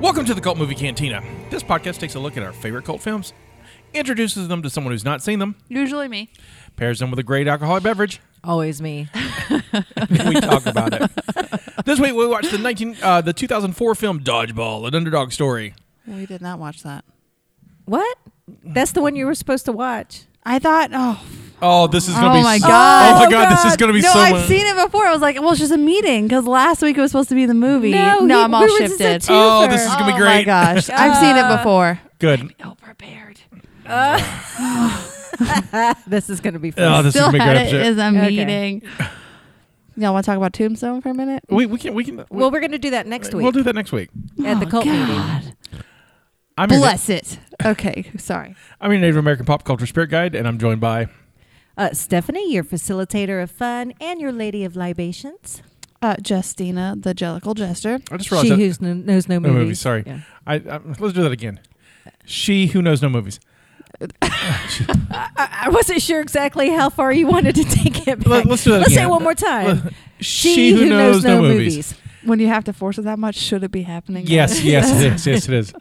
Welcome to the Cult Movie Cantina. This podcast takes a look at our favorite cult films, introduces them to someone who's not seen them, Usually me. pairs them with a great alcoholic beverage, Always me. and we talk about it. This week we watched the 19 uh, the 2004 film Dodgeball, an underdog story. We did not watch that. What? That's the one you were supposed to watch. I thought, oh, Oh, this is going to Oh be my so- God. Oh my god, this is going to be no, so I've seen it before. I was like, well, it's just a meeting because last week it was supposed to be the movie. No, he- I'm all we were just shifted. at two- Oh, this is going to be Oh great. my gosh, I've seen Uh, it before. Good. Oh, prepared. This is going to be fun. Oh, this Still is going to be a had great episode. it as a Okay. meeting. Y'all want to talk about Tombstone for a minute? we we can we can well, we're going to do that next week We'll do that next week. at the Oh, cult meeting. God. I'm your, Bless it. Okay, sorry. I'm your Native American pop culture spirit guide, and I'm joined by Uh, Stephanie, your facilitator of fun and your lady of libations. Uh, Justina, the Jellicle Jester. I just she realized that, who knows no no movies. movies. movies, sorry. I, I let's do that again. She who knows no movies. I, I wasn't sure exactly how far you wanted to take it. Back. Let, us do that. Let's say again. it one more time. Let- She, who, knows, no movies. When you have to force it that much, should it be happening? Yes, yes, it is. Yes, it is.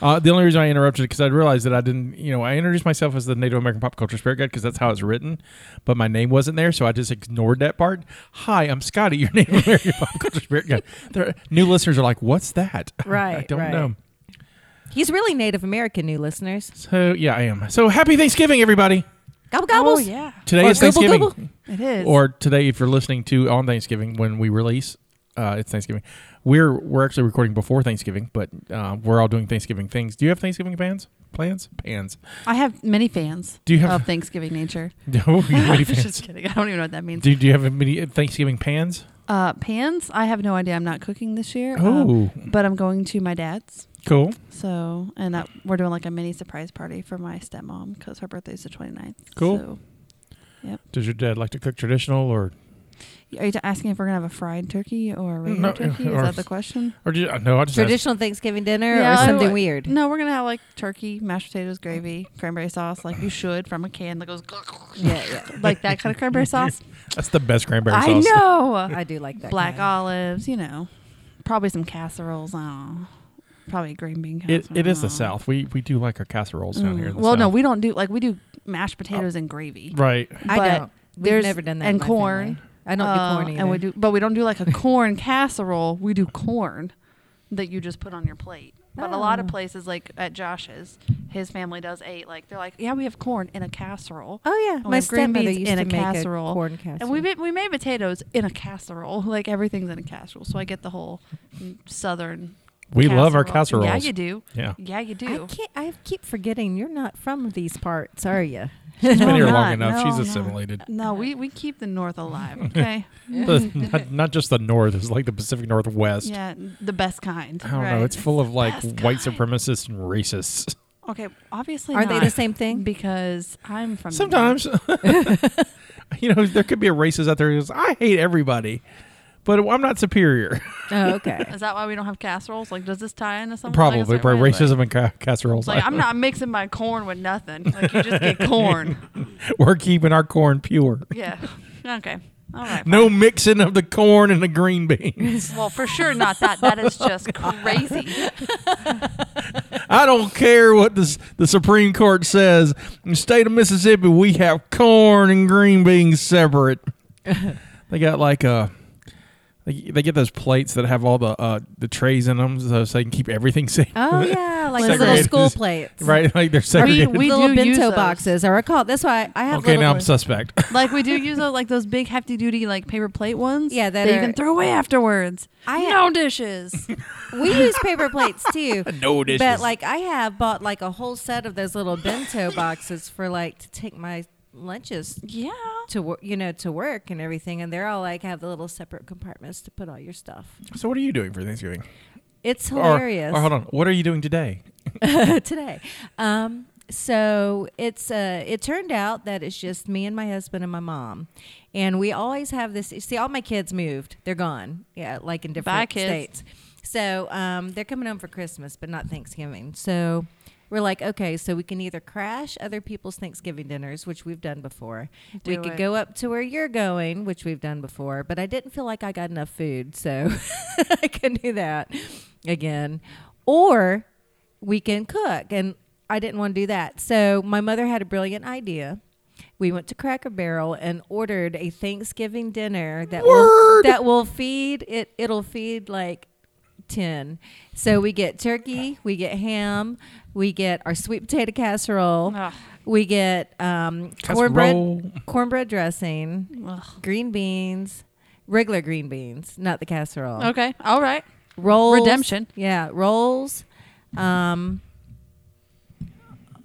Uh, the only reason I interrupted because I realized that I didn't, you know, I introduced myself as the Native American pop culture spirit guide because that's how it's written, but my name wasn't there, so I just ignored that part. Hi, I'm Scotty, your Native American pop culture spirit guide. There, new listeners are like, "What's that?" I Right, don't right. know. He's really Native American, new listeners. So yeah, I am. So happy Thanksgiving, everybody. Gobble Oh gobbles. yeah, Today Or is gobble, Thanksgiving, gobble. it is. or today if you're listening to on Thanksgiving when we release. Uh, it's Thanksgiving. We're we're actually recording before Thanksgiving, but uh, we're all doing Thanksgiving things. Do you have Thanksgiving plans? Plans? Pans? I have many fans. Do you have- of Thanksgiving nature? No, you have any fans? Uh, Just kidding. I don't even know what that means. Do, do you have any Thanksgiving pans? Uh, pans. I have no idea. I'm not cooking this year. um, Oh, but I'm going to my dad's. cool. So, and I, we're doing like a mini surprise party for my stepmom because her birthday's the 29th. Cool. So, Does your dad like to cook traditional, or are you t- asking if we're gonna have a fried turkey or a regular No, turkey? Is or- that the question? or do you, uh, no? I just asked- Traditional Thanksgiving dinner Yeah, or I something would- weird. No, we're gonna have like turkey, mashed potatoes, gravy, cranberry sauce, like you should from a can that goes Yeah, yeah. like that kind of cranberry sauce. that's the best cranberry I sauce. know. I do like that. black kind. olives, you know, probably some casseroles. I don't know. Probably green bean It, casserole. it is the I don't know. South. We we do like our casseroles down Mm. here. in the well, no, South. Uh, we don't do like we do mashed potatoes and gravy. right. I but don't. We've there's- never done that. in and my corn. family. I don't Uh, do corn either. And we do, but we don't do like a corn casserole. We do corn that you just put on your plate. But a lot of Oh. places, like at Josh's, his family does eight. Like they're like, yeah, we have corn in a casserole. Oh yeah, Oh, my and green stepmother beans used in to a make casserole. a corn casserole. And we made, we made potatoes in a casserole. Like everything's in a casserole. So I get the whole southern. We love our casserole. casseroles. Yeah, you do. Yeah. Yeah, you I do. can't. I keep forgetting you're not from these parts, are you? She's been No, here I'm long not. enough. No, She's I'm not. assimilated. No, we, we keep the North alive, okay? The- not, not just the North. It's like the Pacific Northwest. yeah, the best kind. I don't right? know. It's full of like best white kind. supremacists and racists. Okay, obviously Are they not, the same thing? Because I'm from the Sometimes, you know, there could be a racist out there who goes, "I hate everybody," but I'm not superior. oh, okay. North. Is that why we don't have casseroles? Like, does this tie into something? Like, Probably, it's probably like- racism and ca- casseroles. It's like I'm not mixing my corn with nothing. Like you just get corn. We're keeping our corn pure. Yeah. Okay. All right. No mixing of the corn and the green beans. Well, for sure not that. That is just crazy. I don't care what the s- the Supreme Court says. In the state of Mississippi, we have corn and green beans separate. they got like a. They they get those plates that have all the uh, the trays in them, so so they can keep everything safe. Oh yeah, like those little Segregated. school plates, Right, like they're Are you- segregated. We little do bento use those. boxes are a call. That's why I have. okay, little now I'm suspect. Like we do use those, like those big hefty duty like paper plate ones. Yeah, that that you are- can throw away afterwards. I no dishes. we use paper plates too. no But like I have bought like a whole set of those little bento boxes for like to take my lunches Yeah. to work, you know, to work and everything, and they're all like have the little separate compartments to put all your stuff. So, what are you doing for Thanksgiving? It's Or- hilarious. Or, hold on, what are you doing today? today. Um, so it's uh, it turned out that it's just me and my husband and my mom, and we always have this. See, all my kids moved; they're gone. Yeah, like in different Bye, kids. states. So um, they're coming home for Christmas, but not Thanksgiving. So we're like, okay, so we can either crash other people's Thanksgiving dinners, which we've done before. we Do could it. go up to where you're going, which we've done before, but I didn't feel like I got enough food, so I couldn't do that again. Or we can cook, and I didn't want to do that. So my mother had a brilliant idea. We went to Cracker Barrel and ordered a Thanksgiving dinner that will Word. that will feed it. It'll feed like 10. So we get turkey, we get ham, we get our sweet potato casserole, Ugh. we get um, Casserole. cornbread, cornbread dressing, Ugh. green beans, regular green beans, not the casserole. Okay. All right. Rolls. Redemption. Yeah, rolls. Um,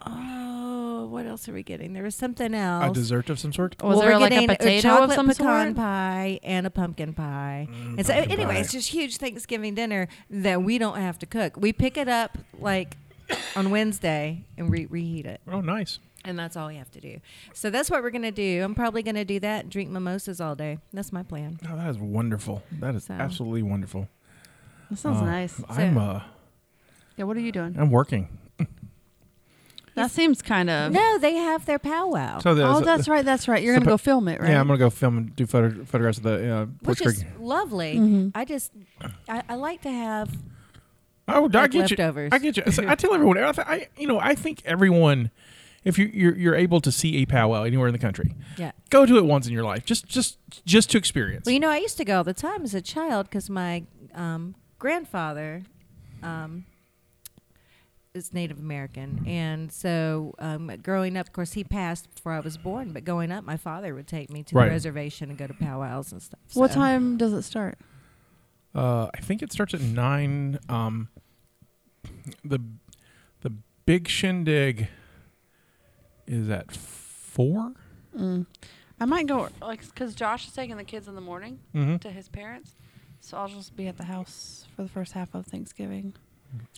oh, what else are we getting? There was something else. A dessert of some sort? Was Well, there we're like a getting potato of chocolate some pecan sort? pie and a pumpkin pie. and so, Mm, pumpkin anyway, pie. it's just huge Thanksgiving dinner that we don't have to cook. We pick it up like on Wednesday and re- reheat it, Oh, nice. and that's all we have to do. So that's what we're gonna do. I'm probably gonna do that and drink mimosas all day. That's my plan. Oh, that is wonderful. That is So. absolutely wonderful. That sounds Uh, nice. I'm So- uh, Yeah. What are you doing? I'm working. That seems kind of. No, they have their powwow. So Oh, that's right. That's right. You're gonna go Suppo- film it, right? Yeah, I'm gonna go film and do photo, photographs of the uh, Porch which Creek. is lovely. I just, I, I like to have. Oh, I like get leftovers. you. I get you. So I tell everyone. I, th- I, you know, I think everyone, if you you're, you're able to see a powwow anywhere in the country, Yeah. go to it once in your life, just just just to experience. Well, you know, I used to go all the time as a child because my um, grandfather um, is Native American, and so um, growing up, of course, he passed before I was born. But going up, my father would take me to Right. the reservation and go to powwows and stuff. What so- time does it start? Uh, I think it starts at nine. Um, the the big shindig is at four. I might go Mm. like because Josh is taking the kids in the morning Mm-hmm. to his parents, so I'll just be at the house for the first half of Thanksgiving.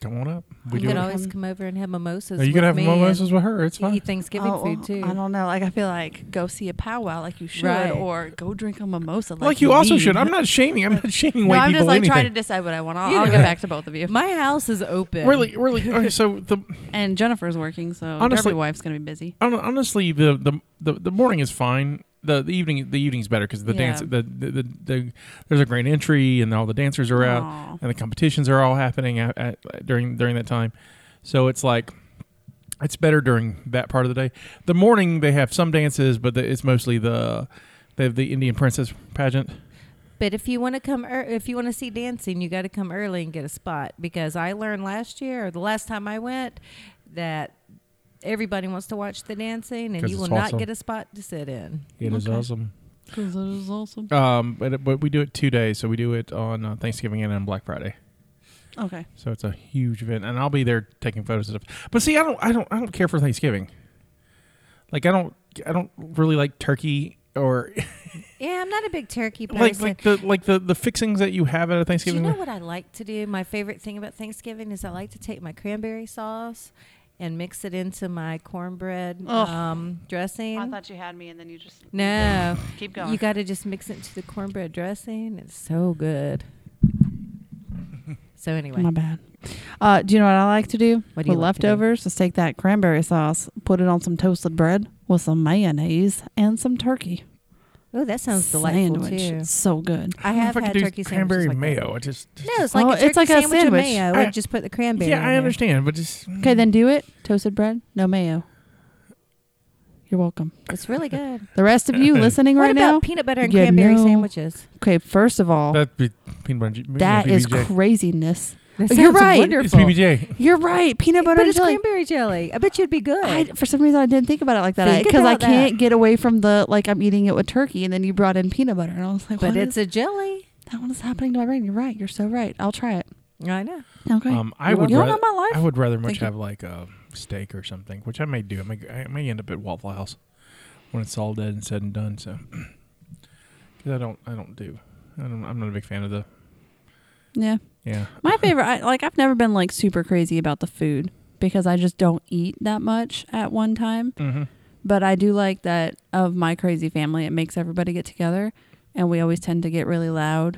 Come on up. You We do. could it. It. always come over and have mimosas. Are you with gonna have me mimosas with her? It's and fine. Eat Thanksgiving Oh, food too. I don't know. Like I feel like go see a powwow like you should, Right. or go drink a mimosa like, Like, you also need. should. I'm not shaming. I'm not shaming No, white I'm people. just like anything. trying to decide what I want. I'll, You I'll know. get back to both of you. my house is open. really, really. Okay, so the And Jennifer's working, so Honestly- Derby wife's gonna be busy. Hon- honestly the, the the the morning is fine the the evening the evening's better because the Yeah. dance the the, the the there's a grand entry and all the dancers are out Aw. and the competitions are all happening at, at, during during that time so it's like it's better during that part of the day the morning they have some dances but the, it's mostly the they have the Indian princess pageant But if you want to come, ear if you want to see dancing, you got to come early and get a spot because I learned last year, or the last time I went, that everybody wants to watch the dancing, and 'Cause you will it's awesome. not get a spot to sit in. It is Okay. awesome Because that is awesome. um but, but we do it two days so we do it on uh, Thanksgiving and on Black Friday Okay. So it's a huge event, and I'll be there taking photos and stuff. But see, I don't, I don't, I don't care for Thanksgiving. Like I don't, I don't really like turkey or Yeah, I'm not a big turkey person. like like the like the the fixings that you have at a Do you Thanksgiving. know what I like to do? My favorite thing about Thanksgiving is I like to take my cranberry sauce and mix it into my cornbread Ugh. um, dressing. I thought you had me, and then you just no, keep going. you got to just mix it into the cornbread dressing. It's so good. So anyway, My bad. Uh, do you know what I like to do? What do you With like to do? leftovers, just take that cranberry sauce, put it on some toasted bread with some mayonnaise and some turkey. Oh, that sounds delightful sandwich. too. It's so good. I I don't know if have I had could do turkey cranberry sandwiches like that. mayo. I just, No, it's like Oh, a turkey it's like a sandwich, sandwich. with mayo. I- and just put the cranberry. yeah, in I there. understand, but just Okay, then do it. Toasted bread, no mayo. You're welcome. It's really good. The rest of you listening what right about now. peanut butter and you cranberry know- sandwiches? okay, first of all, that be peanut butter. and- that yeah, is PBJ. craziness. That You're sounds right. wonderful. It's PBJ. You're right. Peanut butter But and it's jelly. cranberry jelly. I bet you'd be good. I, for some reason, I didn't think about it like that Think because I about that. can't get away from the like I'm eating it with turkey, and then you brought in peanut butter, and I was like, but what it's is- a jelly. that one is happening to my brain. You're right. You're so right. I'll try it. I know. Okay. Um, I You would know rather, about my life? I would rather much Thank you. have like a steak or something, which I may do. I may, I may end up at Waffle House when it's all dead and said and done. So, 'Cause I don't, I don't do, I don't, I'm not a big fan of the, Yeah. yeah. My favorite, I, like, I've never been like super crazy about the food because I just don't eat that much at one time. Mm-hmm. But I do like that of my crazy family. It makes everybody get together, and we always tend to get really loud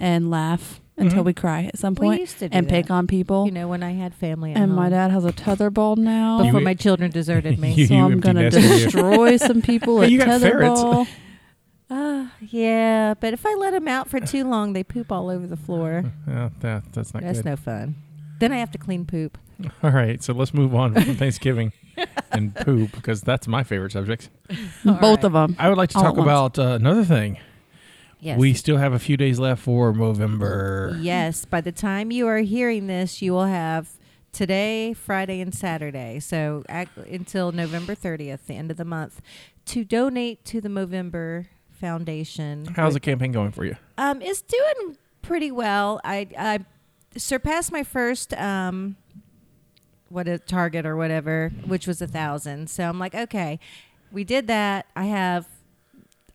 and laugh until Mhm. we cry at some we point used to do and that. pick on people. You know, when I had family at and my home, dad has a tetherball now. before You- e- my children deserted me. You so I'm empty gonna nester, you. destroy some people Hey, at you got ferrets. tetherball. Ah, yeah, but if I let them out for too long, they poop all over the floor. Yeah, that, that's Mm, not That's good. no fun. Then I have to clean poop. All right, so let's move on from Thanksgiving and poop because that's my favorite subject. All Both right. of them. I would like to All talk at about once. uh, another thing. Yes. We still have a few days left for Movember. Yes, by the time you are hearing this, you will have today, Friday, and Saturday. So ac- until November 30th, the end of the month, to donate to the Movember Foundation. How's the campaign going for you? Um, it's doing pretty well. I, I surpassed my first um, what a target or whatever, which was a thousand. So I'm like, okay, we did that. I have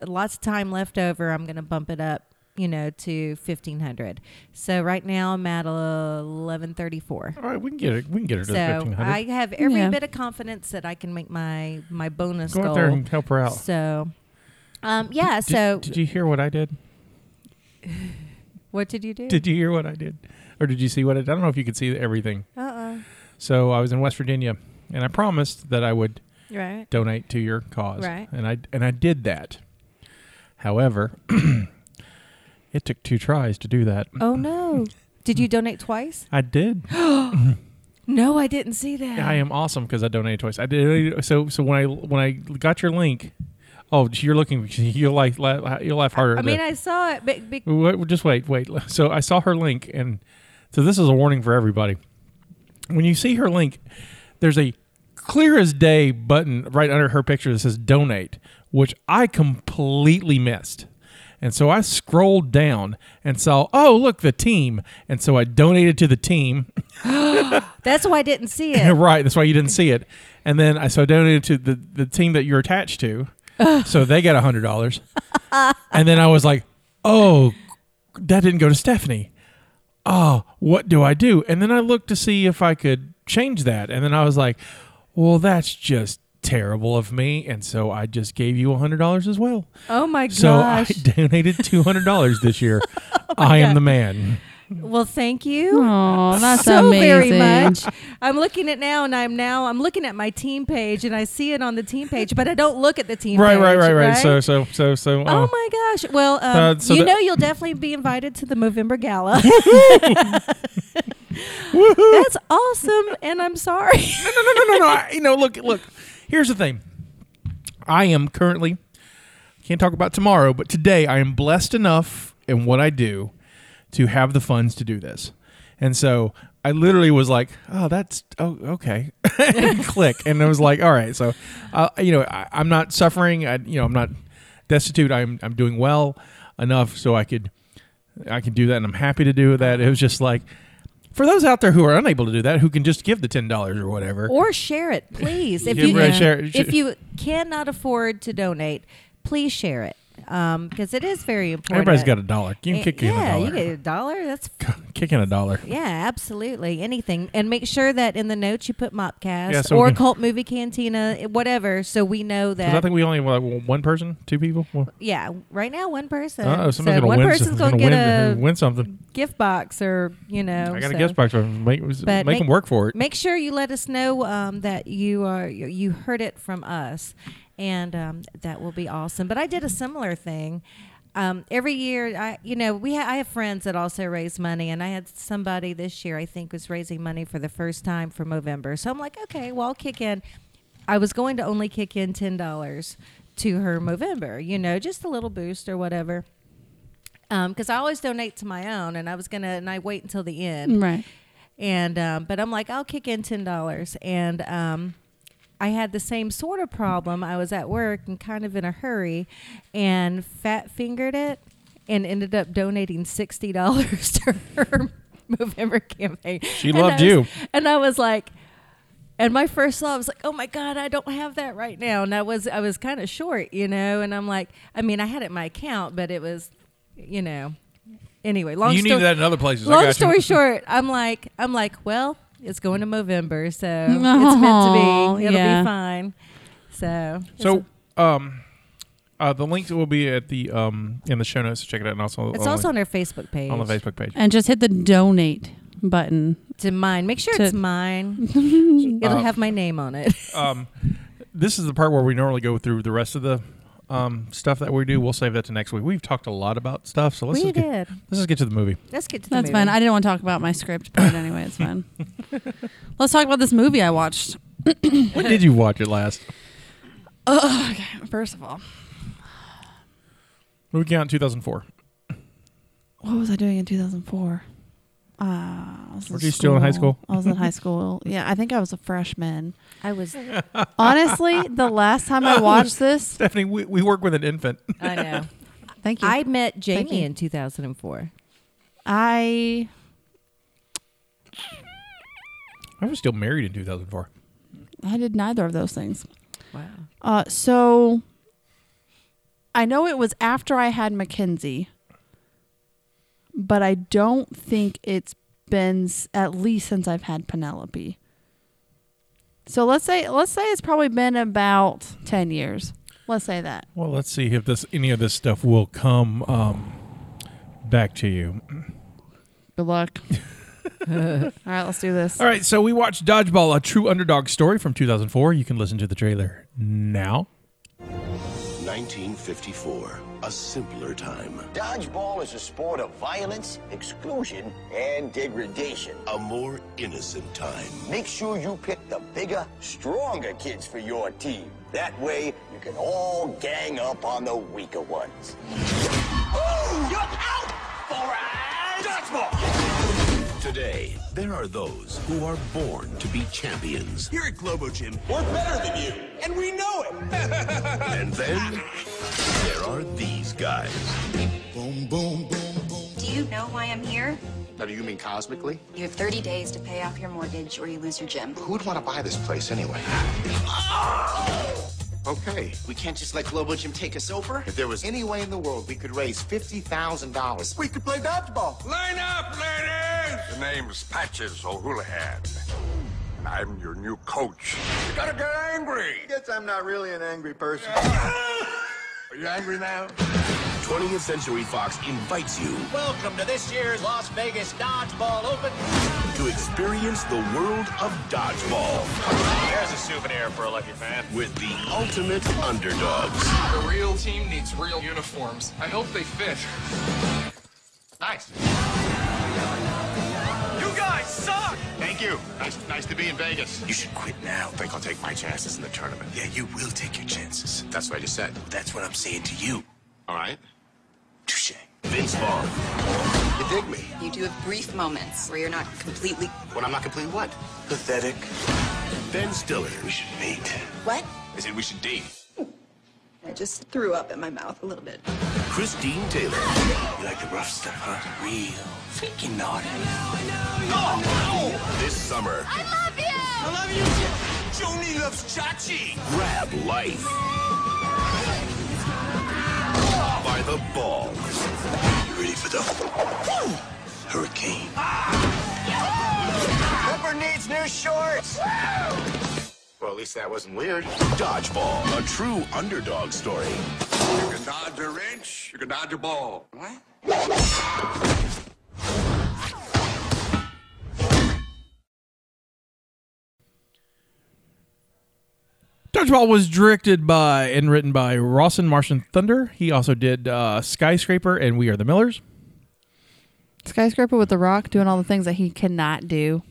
lots of time left over. I'm gonna bump it up, you know, to fifteen hundred. So right now I'm at eleven thirty four. All right, we can get it. We can get her to So the 1500. I have every Yeah. bit of confidence that I can make my my bonus Go goal. out there and help her out. So, um, yeah. Did- so, did you hear what I did? what did you do? Did you hear what I did? Or did you see what I did? I don't know if you could see everything. uh uh So I was in West Virginia and I promised that I would Right. donate to your cause. Right. And I and I did that. However, it took two tries to do that. Oh no. Did you donate twice? I did. No, I didn't see that. I am awesome because I donated twice. I did so so when I when I got your link. Oh, you're looking. You'll like la- you'll laugh harder. I at mean, this. I saw it, but, but Wait, just wait, wait. So I saw her link, and so this is a warning for everybody. When you see her link, there's a clear as day button right under her picture that says donate, which I completely missed. And so I scrolled down and saw, oh, look, the team. And so I donated to the team. that's why I didn't see it. right. That's why you didn't see it. And then I so I donated to the, the team that you're attached to. so they got a hundred dollars. and then I was like, Oh, that didn't go to Stephanie. Oh, what do I do? And then I looked to see if I could change that. And then I was like, Well, that's just terrible of me. And so I just gave you a hundred dollars as well. Oh my So gosh. I donated two hundred dollars this year. I am the man. well, thank you. Oh, that's so amazing. very much. I'm looking at now, and I'm now I'm looking at my team page, and I see it on the team page, but I don't look at the team. Right, page, right, right, right. So so so so oh uh, my gosh! Well, um, Uh, so you that- know you'll definitely be invited to the Movember Gala. That's awesome, and I'm sorry. no, no, no, no, no. I, you know, look, look. Here's the thing. I am currently can't talk about tomorrow, but today I am blessed enough in what I do to have the funds to do this, and so I literally was like, "Oh, that's oh, okay," and click, and I was like, "All right." So, uh, you know, I, I'm not suffering. I, you know, I'm not destitute. I'm I'm doing well enough so I could I can do that, and I'm happy to do that. It was just like. For those out there who are unable to do that, who can just give the ten dollars or whatever, or share it, please. If Yeah, you right, share it. if you cannot afford to donate, please share it because it is very important. Everybody's got a dollar. You can Eh, kick yeah, in a you get dollar. a dollar. That's f- Kick in a dollar. yeah, absolutely anything. And make sure that in the notes you put Mopcast Yeah, so we or can- Cult Movie Cantina, eh, whatever, so we know 'Cause I that. think we only have like one person, two people. Well, yeah, right now one person. uh, so somebody's gonna one win. person's gonna going to get win, a win something. gift box or you know. I got a so. guest box. but Make, But make, make- them work for it. Make sure you let us know um, that you are you- you heard it from us, and um, that will be awesome. But I did a similar thing. Um, every year, I you know we ha- I have friends that also raise money, and I had somebody this year I think was raising money for the first time for November. So I'm like, okay, well I'll kick in. I was going to only kick in ten dollars to her November, you know, just a little boost or whatever. Because I always donate to my own, and I was gonna, and I wait until the end Right. and um, but I'm like, I'll kick in ten dollars, and um, I had the same sort of problem. I was at work and kind of in a hurry, and fat fingered it, and ended up donating sixty dollars to her November campaign. She And I loved was- you. and I was like. And my first thought was like, "Oh my God, I don't have that right now." And I was I was kind of short, you know. And I'm like, I mean, I had it in my account, but it was, you know. Anyway, long you story. need that in other places. I long got you. story short, I'm like, I'm like, well, it's going to Movember, so it's Oh, meant to be. It'll yeah. be fine. So So, um, uh, the links will be at the um in the show notes. So check it out, and also it's on also the, on their Facebook page. on the Facebook page. And just hit the donate button. To mine. Make sure To- it's mine. It'll Uh, have my name on it. um, this is the part where we normally go through the rest of the um stuff that we do. We'll save that to next week. We've talked a lot about stuff, so let's we just get, did. let's just get to the movie. Let's get to the That's movie. fine. I didn't want to talk about my script, but anyway, it's fine. Let's talk about this movie I watched. When did you watch it last? Ugh, okay, first of all, Movie came out in 2004. what was I doing in 2004? Uh, I was Were you still in high school? I was in high school. Yeah, I think I was a freshman. I was. Honestly, the last time I watched this, Stephanie, we, we work with an infant. I know. thank you. I met Thank Jamie you. in 2004. I I was still married in 2004. I did neither of those things. Wow. Uh, so I know it was after I had Mackenzie, but I don't think it's been s- at least since I've had Penelope. So let's say let's say it's probably been about ten years. Let's say that. Well, let's see if this any of this stuff will come um, back to you. Good luck. All right, let's do this. All right, so we watched Dodgeball, a true underdog story from 2004. You can listen to the trailer now. 1954, a simpler time. Dodgeball is a sport of violence, exclusion, and degradation. A more innocent time. Make sure you pick the bigger, stronger kids for your team. That way, you can all gang up on the weaker ones. Oh, you're out for a dodgeball! Today, there are those who are born to be champions. Here at Globo Gym, we're better than you, and we know it! And then there are these guys. boom, boom, boom, boom. Do you know why I'm here? Now, do you mean cosmically? You have 30 days to pay off your mortgage or you lose your gym. Who'd want to buy this place anyway? Okay. We can't just let Global Gym take us over. If there was any way in the world we could raise $50,000, We could play dodgeball. Line up, ladies! The name's Patches O'Houlihan. And I'm your new coach. You gotta get angry! guess I'm not really an angry person. Are you angry now? 20th Century Fox invites you Welcome to this year's Las Vegas Dodgeball Open. to experience the world of dodgeball There's a souvenir for a lucky fan. with the ultimate underdogs. The real team needs real uniforms. I hope they fit. Nice. You guys suck! Thank you. Nice, nice to be in Vegas. You should quit now. Think I'll take my chances in the tournament. Yeah, you will take your chances. That's what I just said. That's what I'm saying to you. All right. Touche. Vince Vaughn. You dig me? You do have brief moments where you're not completely. When I'm not completely what? Pathetic. Ben Stiller. We should meet. What? I said we should date. I just threw up in my mouth a little bit. Christine Taylor. You like the rough stuff, huh? Real. Freaking naughty. This summer, I love you! I love you! Joni loves Chachi! grab life. By the balls. You ready for the hurricane? Pepper needs new shorts! Well, at least that wasn't weird. Dodgeball, a true underdog story. You can dodge a wrench, you can dodge a ball. What? Dodgeball was directed by and written by Rawson Martian Thunder. He also did uh, Skyscraper and We Are the Millers. Skyscraper with the Rock doing all the things that he cannot do.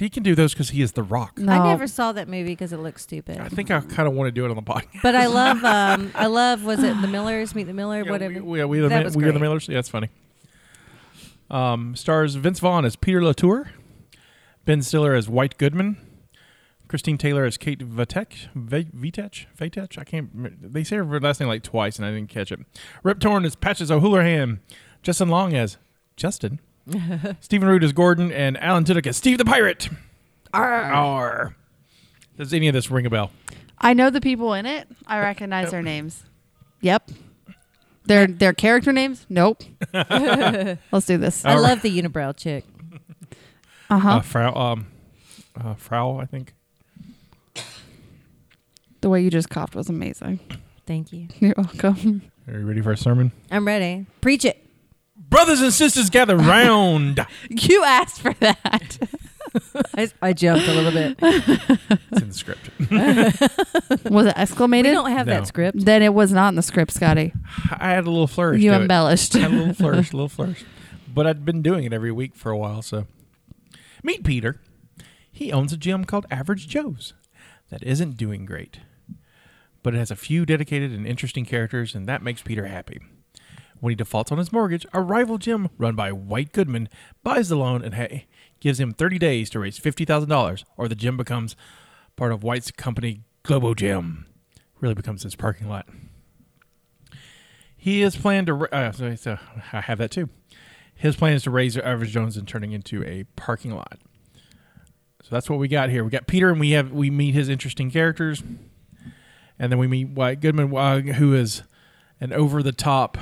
He can do those because he is The Rock. No, I never saw that movie because it looks I stupid. think I kind of want to do it on the podcast. But I love, um, I love, was it The Millers, Meet the Miller, Yeah, whatever? We, we, we, are That the, was we are the great. Millers. Yeah, that's funny. Um, stars Vince Vaughn as Peter Latour, Ben Stiller as White Goodman, Christine Taylor as Kate Vitek, Ve- Vitech, Vitech. I can't. rem- They say her last name like twice, and I didn't catch it. Rip Torn as Patches O'Houlihan, Justin Long as Justin, Stephen Root as Gordon, and Alan Tudyk as Steve the Pirate. R. Does any of this ring a bell? I know the people in it. I recognize their names. Yep. Their their character names? Nope. Let's do this. I love the unibrow chick. Uh-huh. Oh. Uh, Frau, um, uh, Frau, I think. the way you just coughed was amazing. Thank you. You're welcome. Are you ready for a sermon? I'm ready. Preach it. Brothers and sisters, gather round. You asked for that. I, I jumped a little bit. it's in the script. was it exclamated? We don't have No. that script. then it was not in the script, Scotty. I had a little flourish. You to it. embellished. I had a little flourish, a little flourish. But I'd been doing it every week for a while, so. Meet Peter. He owns a gym called Average Joe's that isn't doing great, but it has a few dedicated and interesting characters, and that makes Peter happy. When he defaults on his mortgage, a rival gym run by White Goodman buys the loan and hey, gives him 30 days to raise $50,000, or the gym becomes part of White's company, Globo Gym. Really becomes his parking lot. He has planned to. ra- Uh, so, so I have that too. His plan is to raise average Jones and turning into a parking lot. So that's what we got here. We got Peter, and we have we meet his interesting characters, and then we meet White Goodman, uh, who is an over the top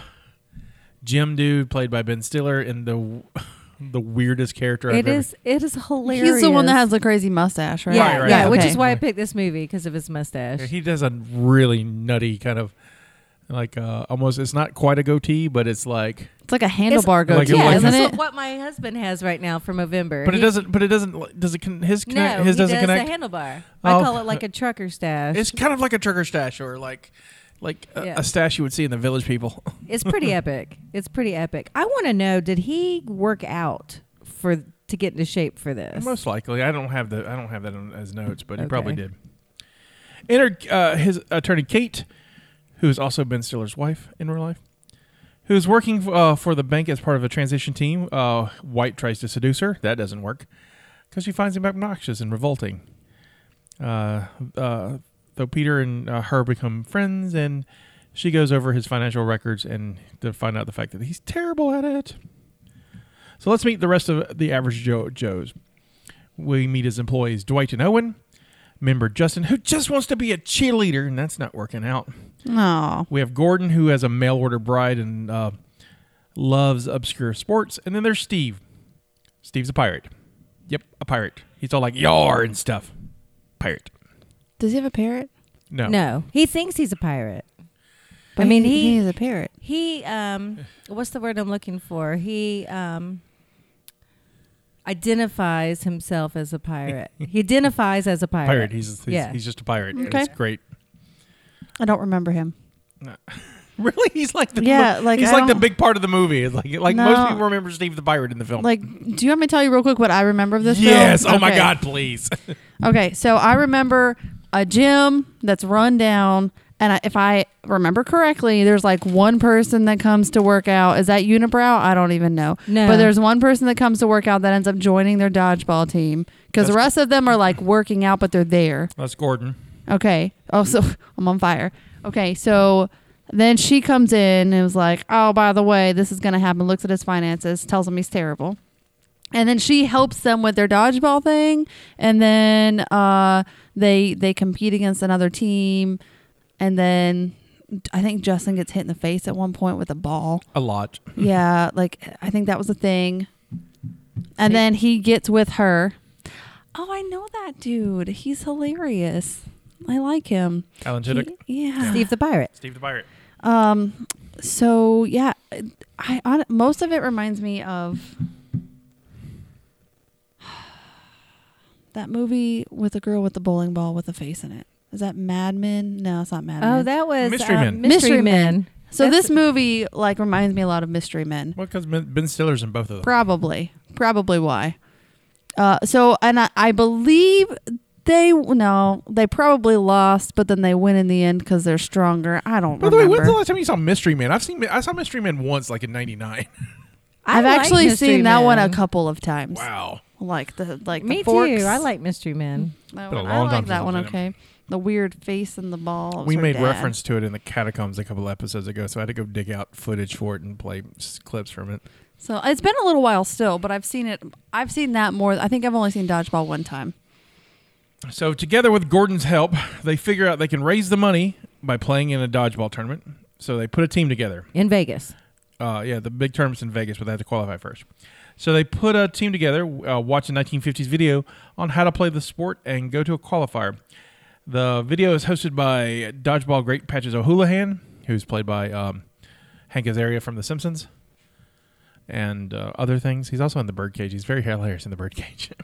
gym dude played by Ben Stiller, and the the weirdest character I've It ever. is. It is hilarious. He's the one that has the crazy mustache, right? Yeah, Right, right, yeah. right. Which okay. is why I picked this movie because of his mustache. He does a really nutty kind of like uh, almost. It's not quite a goatee, but it's like. it's like a handlebar Like goatee, it was- isn't that's it? What my husband has right now for November. But it He- doesn't. But it doesn't. Does it? con- His connect, No, his he doesn't does connect. a handlebar. Oh. I call it like a trucker stash. It's kind of like a trigger stash or like like a, Yeah. a stash you would see in the village people. It's pretty epic. It's pretty epic. I want to know: Did he work out for to get into shape for this? Most likely, I don't have the I don't have that on, as notes, but he probably Okay. did. Enter uh, his attorney Kate, who is also Ben Stiller's wife in real life, who is working uh, for the bank as part of a transition team. Uh, White tries to seduce her. That doesn't work because she finds him obnoxious and revolting. Uh, uh, though Peter and uh, her become friends, and she goes over his financial records and to find out the fact that he's terrible at it. So let's meet the rest of the average Joe, Joes. We meet his employees, Dwight and Owen. Member Justin, who just wants to be a cheerleader, and that's not working out. No. We have Gordon, who has a mail order bride and uh, loves obscure sports. And then there's Steve. Steve's a pirate. Yep, a pirate. He's all like yar and stuff. Pirate. Does he have a parrot? No. no, he thinks he's a pirate. But I mean, he- is a parrot. He um, what's the word I'm looking for? He um, identifies himself as a pirate. he identifies as a pirate. Pirate. He's he's, yeah. he's just a pirate. Okay. It's great. I don't remember him. Really? He's like the Yeah, like, he's I like the don't- big part of the movie. It's Like like No. most people remember Steve the pirate in the film. Like, do you want me to tell you real quick what I remember of this film? yes. Oh my Okay. God! Please. Okay, so I remember a gym that's run down, and I, if I remember correctly, there's like one person that comes to work out. Is that Unibrow? I don't even know. No. but there's one person that comes to work out that ends up joining their dodgeball team because the rest of them are like working out, but they're there. That's Gordon. Okay. Oh, so I'm on fire. Okay, so then she comes in and was like, "Oh, by the way, this is gonna happen." Looks at his finances, tells him he's terrible, and then she helps them with their dodgeball thing, and then uh, they they compete against another team, and then I think Justin gets hit in the face at one point with a ball. A lot. yeah, like I think that was a thing, and then he gets with her. Oh, I know that dude. He's hilarious. I like him. Alan Tudyk. He- yeah. Steve the pirate. Steve the pirate. Um. So yeah, I on, most of it reminds me of that movie with the girl with the bowling ball with the face in it. Is that Mad Men? No, it's not Mad Men. Oh, that Mm-hmm. was Mystery uh, Men. Mystery, Mystery Men. Men. so that's- this movie like reminds me a lot of Mystery Men. Well, because Ben Ben Stiller's in both of them. Probably, probably why. Uh. So and I, I believe they no they probably lost, but then they win in the end because they're stronger. I don't. By the way, remember. when's the last time you saw Mystery Man? I've seen I saw Mystery Man once, like in '99. I I've like actually Mystery seen that one a Men. couple of times. Wow. Like the like the Me forks. too. I like Mystery Men. that Been a one. long I time like since that I've one. seen 'em. Okay, the weird face and the ball. It was We her made dad. reference to it in the catacombs a couple episodes ago, so I had to go dig out footage for it and play s- clips from it. So it's been a little while still, but I've seen it. I've seen that more. I think I've only seen dodgeball one time. So, together with Gordon's help, they figure out they can raise the money by playing in a dodgeball tournament. So, they put a team together. in Vegas. Uh, yeah, the big tournament's in Vegas, but they have to qualify first. So, they put a team together, uh, watch a 1950s video on how to play the sport and go to a qualifier. The video is hosted by dodgeball great Patches O'Houlihan, who's played by um, Hank Azaria from The Simpsons and uh, other things. He's also in The Birdcage. He's very hilarious in The Birdcage.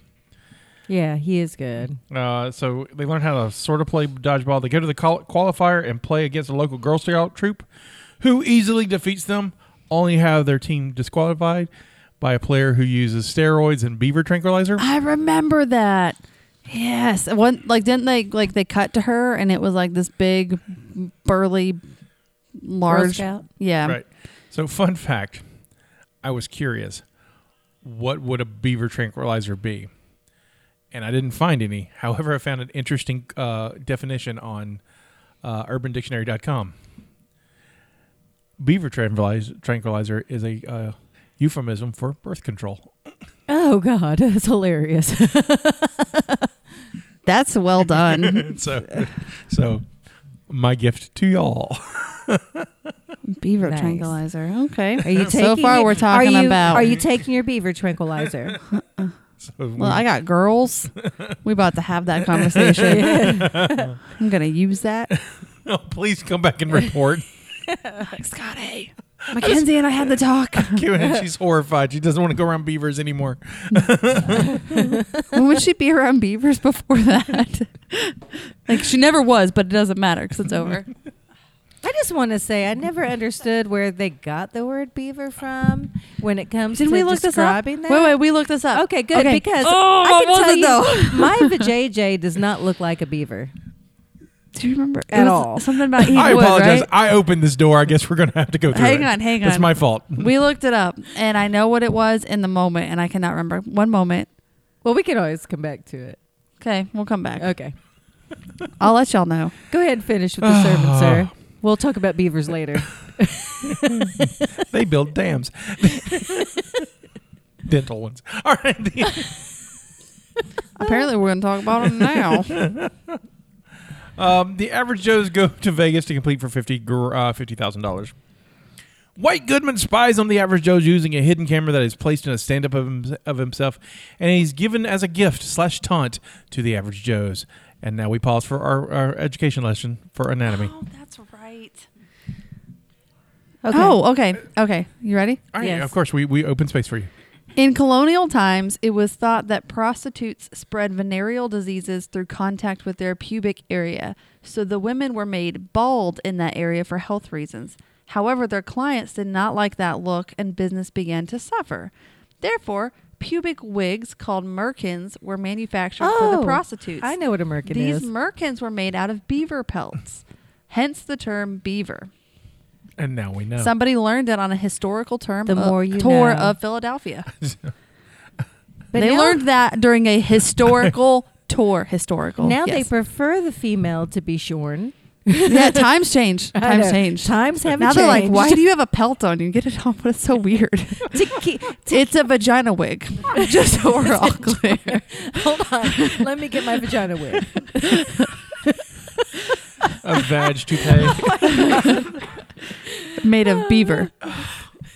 Yeah, he is good. Uh, so they learn how to sort of play dodgeball. They go to the qual- qualifier and play against a local Girl Scout troop, who easily defeats them. Only have their team disqualified by a player who uses steroids and beaver tranquilizer. I remember that. Yes, one like didn't they like they cut to her and it was like this big, burly, large. Scout? Yeah, Right. So, fun fact: I was curious, what would a beaver tranquilizer be? And I didn't find any. However, I found an interesting uh, definition on uh, UrbanDictionary.com. Beaver tranquilizer, tranquilizer is a uh, euphemism for birth control. Oh God, that's hilarious. that's well done. so, so my gift to y'all. Beaver Nice. tranquilizer. Okay. Are you taking so far? your- We're talking are you, about. Are you taking your beaver tranquilizer? So well, I got girls. we about to have that conversation. I'm gonna use that. no, please come back and report. Scotty, Mackenzie, and I had the talk. Karen, she's horrified. She doesn't want to go around beavers anymore. when would she be around beavers before that? like she never was, but it doesn't matter because it's over. I just want to say I never understood where they got the word beaver from when it comes Didn't to we look this up? describing Wait, that. wait, we looked this up. Uh, Okay, good because oh, I what can tell was it you, my vajayjay does not look like a beaver. though? Do you remember At It was all. Something about eating I wood, apologize. right? I opened this door. I guess we're gonna have to go through. Hang it. on, hang It's on. my fault. We looked it up, and I know what it was in the moment, and I cannot remember. One moment. Well, we can always come back to it. Okay, we'll come back. Okay, I'll let y'all know. go ahead and finish with the sermon, sir. We'll talk about beavers later. they build dams, dental ones. All right. Apparently, we're going to talk about it now. Um, the average Joes go to Vegas to complete for fifty gr- uh, fifty thousand dollars. White Goodman spies on the average Joe's using a hidden camera that is placed in a stand-up of, him- of himself, and he's given as a gift slash taunt to the average Joe's. And now we pause for our, our education lesson for anatomy. that's right. Okay. Oh, okay, okay. You ready? All right, yes. of course, we, we open space for you. In colonial times, it was thought that prostitutes spread venereal diseases through contact with their pubic area, so the women were made bald in that area for health reasons. However, their clients did not like that look and business began to suffer. Therefore, pubic wigs called merkins were manufactured for Oh, the prostitutes. I know what a merkin These is. merkins were made out of beaver pelts, hence the term beaver. And now we know. Somebody learned it on a historical term The uh, more you tour know. of Philadelphia But they now- learned that during a historical tour. Historical. Now they yes. prefer the female to be shorn. yeah, times change. I Times know. change. Times have now they're like, changed. why do you have a pelt on you? Get it off. But it's so weird. To keep- it's a vagina wig. Just so we're all clear. Hold on, let me get my vagina wig. a vag toupee. Made of beaver.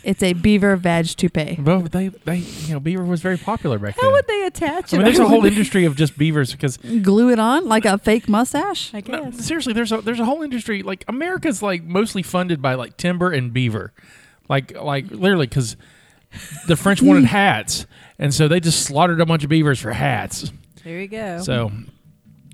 It's a beaver vag toupee. Well, they, they, you know, beaver was very popular back How then. would they attach I it? mean, there's a whole industry of just beavers because Glue it on like a fake mustache. I no, guess. seriously, there's a there's a whole industry like America's like mostly funded by like timber and beaver, like like literally because the French wanted hats, and so they just slaughtered a bunch of beavers for hats. There you go. So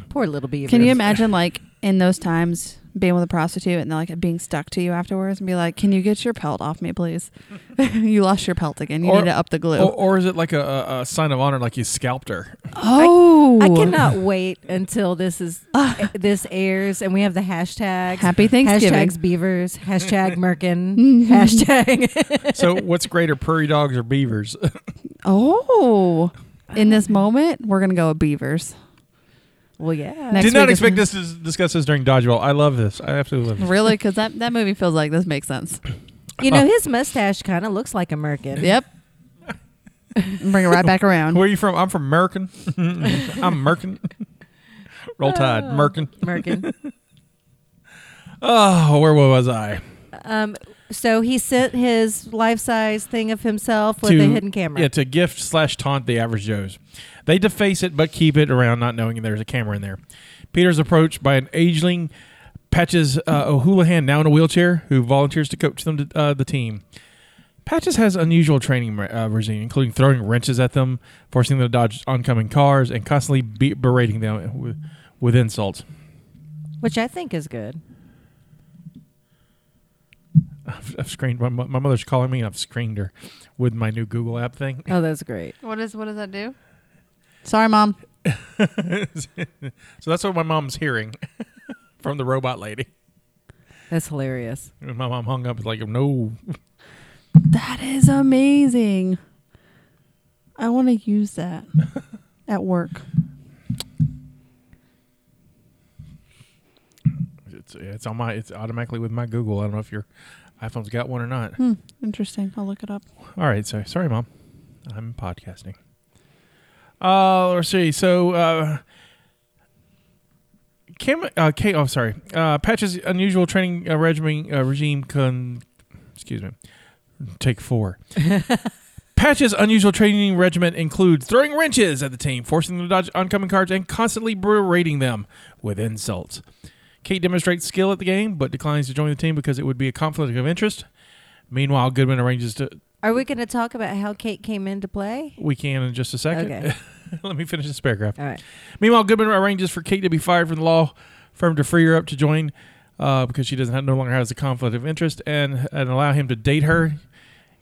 Poor little beaver. Can you imagine like in those times being with a prostitute and like it being stuck to you afterwards and be like, "Can you get your pelt off me, please? you lost your pelt again. You Or- need to up the glue." or, or is it like a, a, a sign of honor, like you scalped her? oh, I cannot wait until this is eh, this airs and we have the hashtags. Happy Thanksgiving. Hashtags beavers. Hashtag merkin. hashtag. so what's greater, prairie dogs or beavers? Oh, in this moment, we're gonna go with beavers. well, yeah. Next Did not week is- expect this to discuss this during dodgeball. I love this. I absolutely love this. Really, because that that movie feels like this makes sense. You know his mustache kind of looks like a merkin. Yep. Bring it right back around. Where are you from? I'm from American. I'm Merkin. Roll Tide, Oh, Merkin. Merkin. oh, where was I? Um, so he sent his life-size thing of himself with a hidden camera. Yeah, to gift slash taunt the average Joes. They deface it but keep it around, not knowing there's a camera in there. Peter's approached by an ageling Patches uh, O'Houlihan, now in a wheelchair, who volunteers to coach them to uh, the team. Patches has unusual training re- uh, regime, including throwing wrenches at them, forcing them to dodge oncoming cars, and constantly be- berating them wi- with insults. which I think is good. I've, I've screened my, mo- my mother's calling me and I've screened her with my new Google app thing. Oh, that's great. What is what does that do? Sorry, mom. so that's what my mom's hearing from the robot lady. That's hilarious. And my mom hung up like no. That is amazing. I want to use that at work. It's it's on my it's automatically with my Google. I don't know if your iPhone's got one or not. Hmm, interesting. I'll look it up. All right, so sorry, mom. I'm podcasting. Uh, let's see. So, uh, Kim, uh, Kate, oh, sorry. Uh, Patch's unusual training uh, regimen uh, regime con, excuse me, take four. Patch's unusual training regiment includes throwing wrenches at the team, forcing them to dodge oncoming cars, and constantly berating them with insults. Kate demonstrates skill at the game, but declines to join the team because it would be a conflict of interest. Meanwhile, Goodman arranges to Are we going to talk about how Kate came into play? we can in just a second. Okay. Let me finish this paragraph. All right. Meanwhile, Goodman arranges for Kate to be fired from the law firm to free her up to join uh, because she doesn't have, no longer has a conflict of interest and and allow him to date her.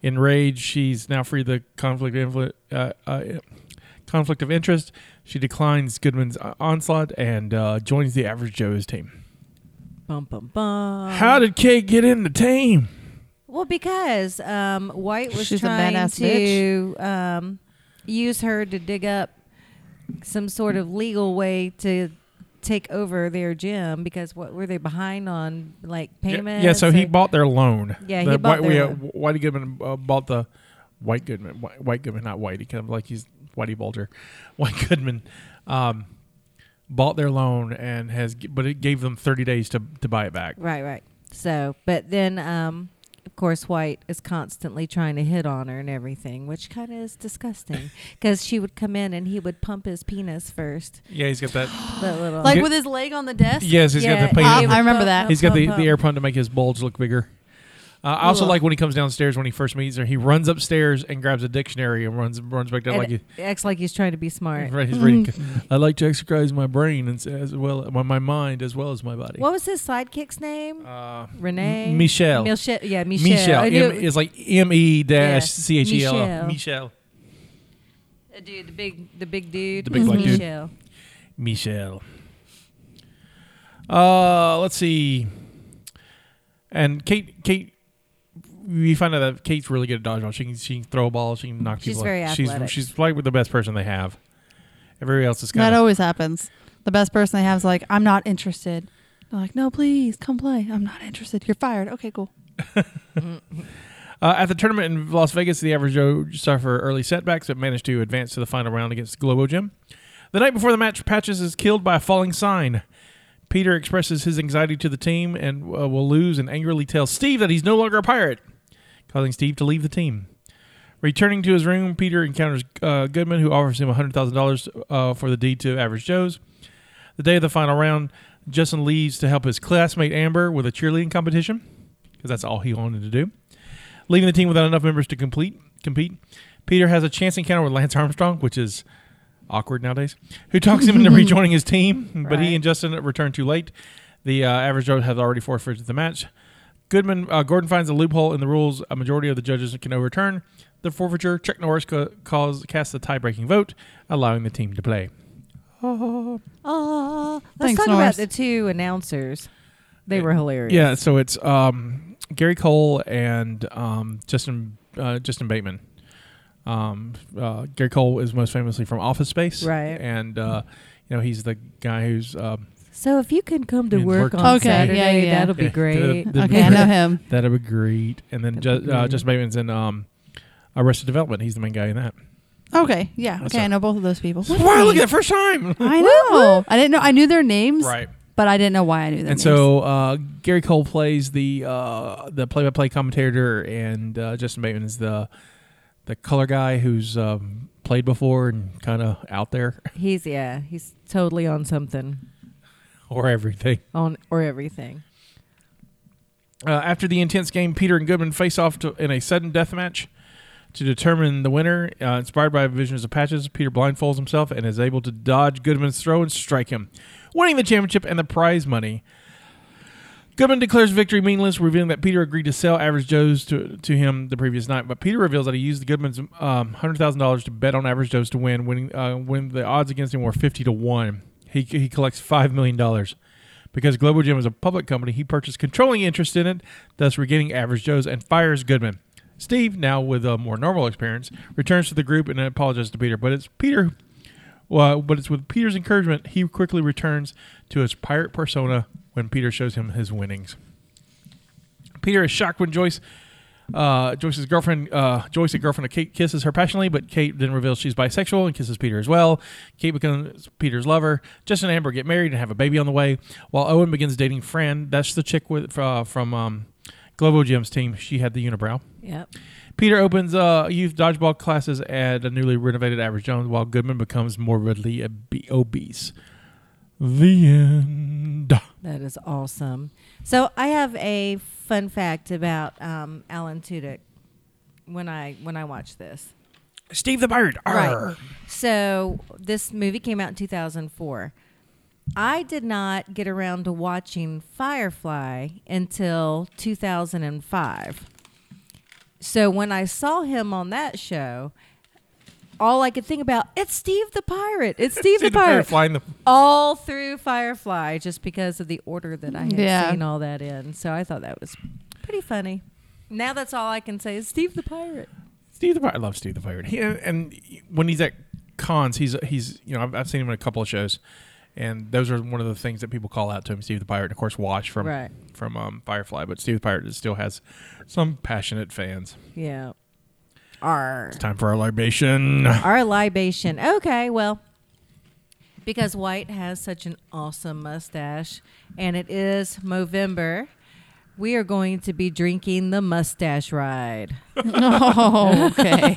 Enraged, she's now free of the conflict of influ- uh, uh, conflict of interest. She declines Goodman's uh, onslaught and uh, joins the Average Joe's team. Bum bum bum. How did Kate get in the team? Well, because um, White was She's a trying badass to um, use her to dig up some sort of legal way to take over their gym because what were they behind on like Yeah, payments? Yeah, so he or- bought their loan. Yeah, he The bought White, their we, loan. uh, Whitey Goodman uh, bought the White Goodman. White, White Goodman, not Whitey. Kind of like he's Whitey Bulger. White Goodman um, bought their loan and has, g- but it gave them thirty days to to buy it back. Right, right. So, but then, um, of course, White is constantly trying to hit on her and everything, which kind of is disgusting because she would come in and he would pump his penis first. Yeah, he's got that. That little Like Get- with his leg on the desk. yes, he's Yeah, got the. Ah, pain. I remember that. He's got the, pump, the air pump to make his bulge look bigger. Uh, I also Ugh. like when he comes downstairs when he first meets her. He runs upstairs and grabs a dictionary and runs runs back down and like he, acts like he's trying to be smart. right, he's reading. I like to exercise my brain and s- as well my, my mind as well as my body. What was his sidekick's name? Uh, Renee. M- Michelle. Michelle. Yeah, Michelle. Michelle. I knew it M- was- it's like M E dash C H E Michelle. L. Michelle. the dude, the big, the big dude. Mm-hmm. The big black dude. Michelle. Michelle. Uh, let's see. And Kate, Kate, we find out that Kate's really good at dodgeball. She can, she can throw a ball. She can knock She's people. very out. athletic. She's she's like the best person they have. Everybody else is That kind of always happens. The best person they have is like, I'm not interested. They're like, no, please come play. I'm not interested. You're fired. Okay, cool. Uh, at the tournament in Las Vegas, the average Joe suffer early setbacks but managed to advance to the final round against Globo Gym. The night before the match, Patches is killed by a falling sign. Peter expresses his anxiety to the team and uh, will lose and angrily tells Steve that he's no longer a pirate, causing Steve to leave the team. Returning to his room, Peter encounters uh, Goodman, who offers him $100,000 uh, for the deed to Average Joe's. The day of the final round, Justin leaves to help his classmate Amber with a cheerleading competition because that's all he wanted to do leaving the team without enough members to complete compete. Peter has a chance encounter with Lance Armstrong, which is awkward nowadays, who talks him into rejoining his team, but he Right. and Justin return too late. The uh, average Joe has already forfeited the match. Goodman uh, Gordon finds a loophole in the rules. A majority of the judges can overturn the forfeiture. Chuck Norris ca- calls casts the tie-breaking vote, allowing the team to play. Oh, let's Thanks, talk Norris. about the two announcers. They were hilarious. Yeah, so it's um, Gary Cole and um, Justin uh, Justin Bateman. Um, uh, Gary Cole is most famously from Office Space, Right. And uh, you know he's the guy who's um, So if you can come to And work work on Okay, yeah, Saturday, yeah. that'll be Yeah, great. the- okay, I know him. that'd be great. And then Ju- That'd be Uh, great. Justin Bateman's in um, Arrested Development. He's the main guy in that. Okay, yeah. That's okay, I a- know both of those people. Wow, look at it, first time. I know. I didn't know. I knew their names, Right. But I didn't know why I knew their And names. so uh, Gary Cole plays the uh, the play by play commentator, and uh, Justin Bateman is the the color guy who's um, played before and kind of out there He's yeah, he's totally on something or everything. on or everything. Uh, after the intense game, Peter and Goodman face off to, in a sudden death match to determine the winner. Uh, inspired by visions of patches, Peter blindfolds himself and is able to dodge Goodman's throw and strike him, winning the championship and the prize money. Goodman declares victory meaningless, revealing that Peter agreed to sell Average Joe's to, to him the previous night. But Peter reveals that he used the Goodman's um, hundred thousand dollars to bet on Average Joe's to win, when uh, when the odds against him were fifty to one. He he collects five million dollars because Global Gym is a public company. He purchased controlling interest in it, thus regaining Average Joe's and fires Goodman. Steve, now with a more normal experience, returns to the group and apologizes to Peter. But it's Peter, well, but it's with Peter's encouragement he quickly returns to his pirate persona when Peter shows him his winnings. Peter is shocked when Joyce, uh, Joyce's girlfriend, uh, Joyce, a girlfriend of Kate, kisses her passionately, but Kate then reveals she's bisexual and kisses Peter as well. Kate becomes Peter's lover. Justin and Amber get married and have a baby on the way, while Owen begins dating Fran. That's the chick with uh, from um, Globo Gym's team. She had the unibrow. Yep. Peter opens uh, youth dodgeball classes at a newly renovated Average Jones, while Goodman becomes morbidly ob- obese. The end. That is awesome. So I have a fun fact about um, Alan Tudyk when I when I watched this. Steve the Bird. Right. So this movie came out in 2004. I did not get around to watching Firefly until 2005. So when I saw him on that show, all I could think about it's Steve the Pirate. It's Steve, the, Pirate. flying the all through Firefly just because of the order that I had Yeah. seen all that in. So I thought that was pretty funny. Now that's all I can say is Steve the Pirate. Steve the Pirate. I love Steve the Pirate. He, and when he's at cons, he's he's you know I've, I've seen him in a couple of shows, and those are one of the things that people call out to him. Steve the Pirate, and of course Wash from Right. from um, Firefly, but Steve the Pirate is- still has some passionate fans. Yeah. Our Time for our libation. our libation. Okay, well, because White has such an awesome mustache, and it is Movember, we are going to be drinking the mustache ride. oh, okay.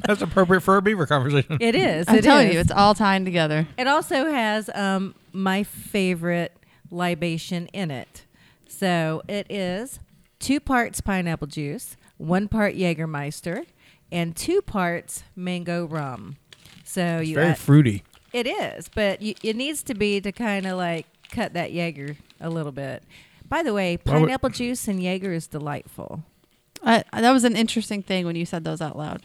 That's appropriate for a beaver conversation. It is. I'm it telling is. you, it's all tied together. It also has um, my favorite libation in it. So it is two parts pineapple juice, one part Jägermeister, and two parts mango rum. So you Very add- fruity. it is, but you, it needs to be to kind of like cut that Jaeger a little bit. By the way, Why would- pineapple juice and Jaeger is delightful. I, that was an interesting thing when you said those out loud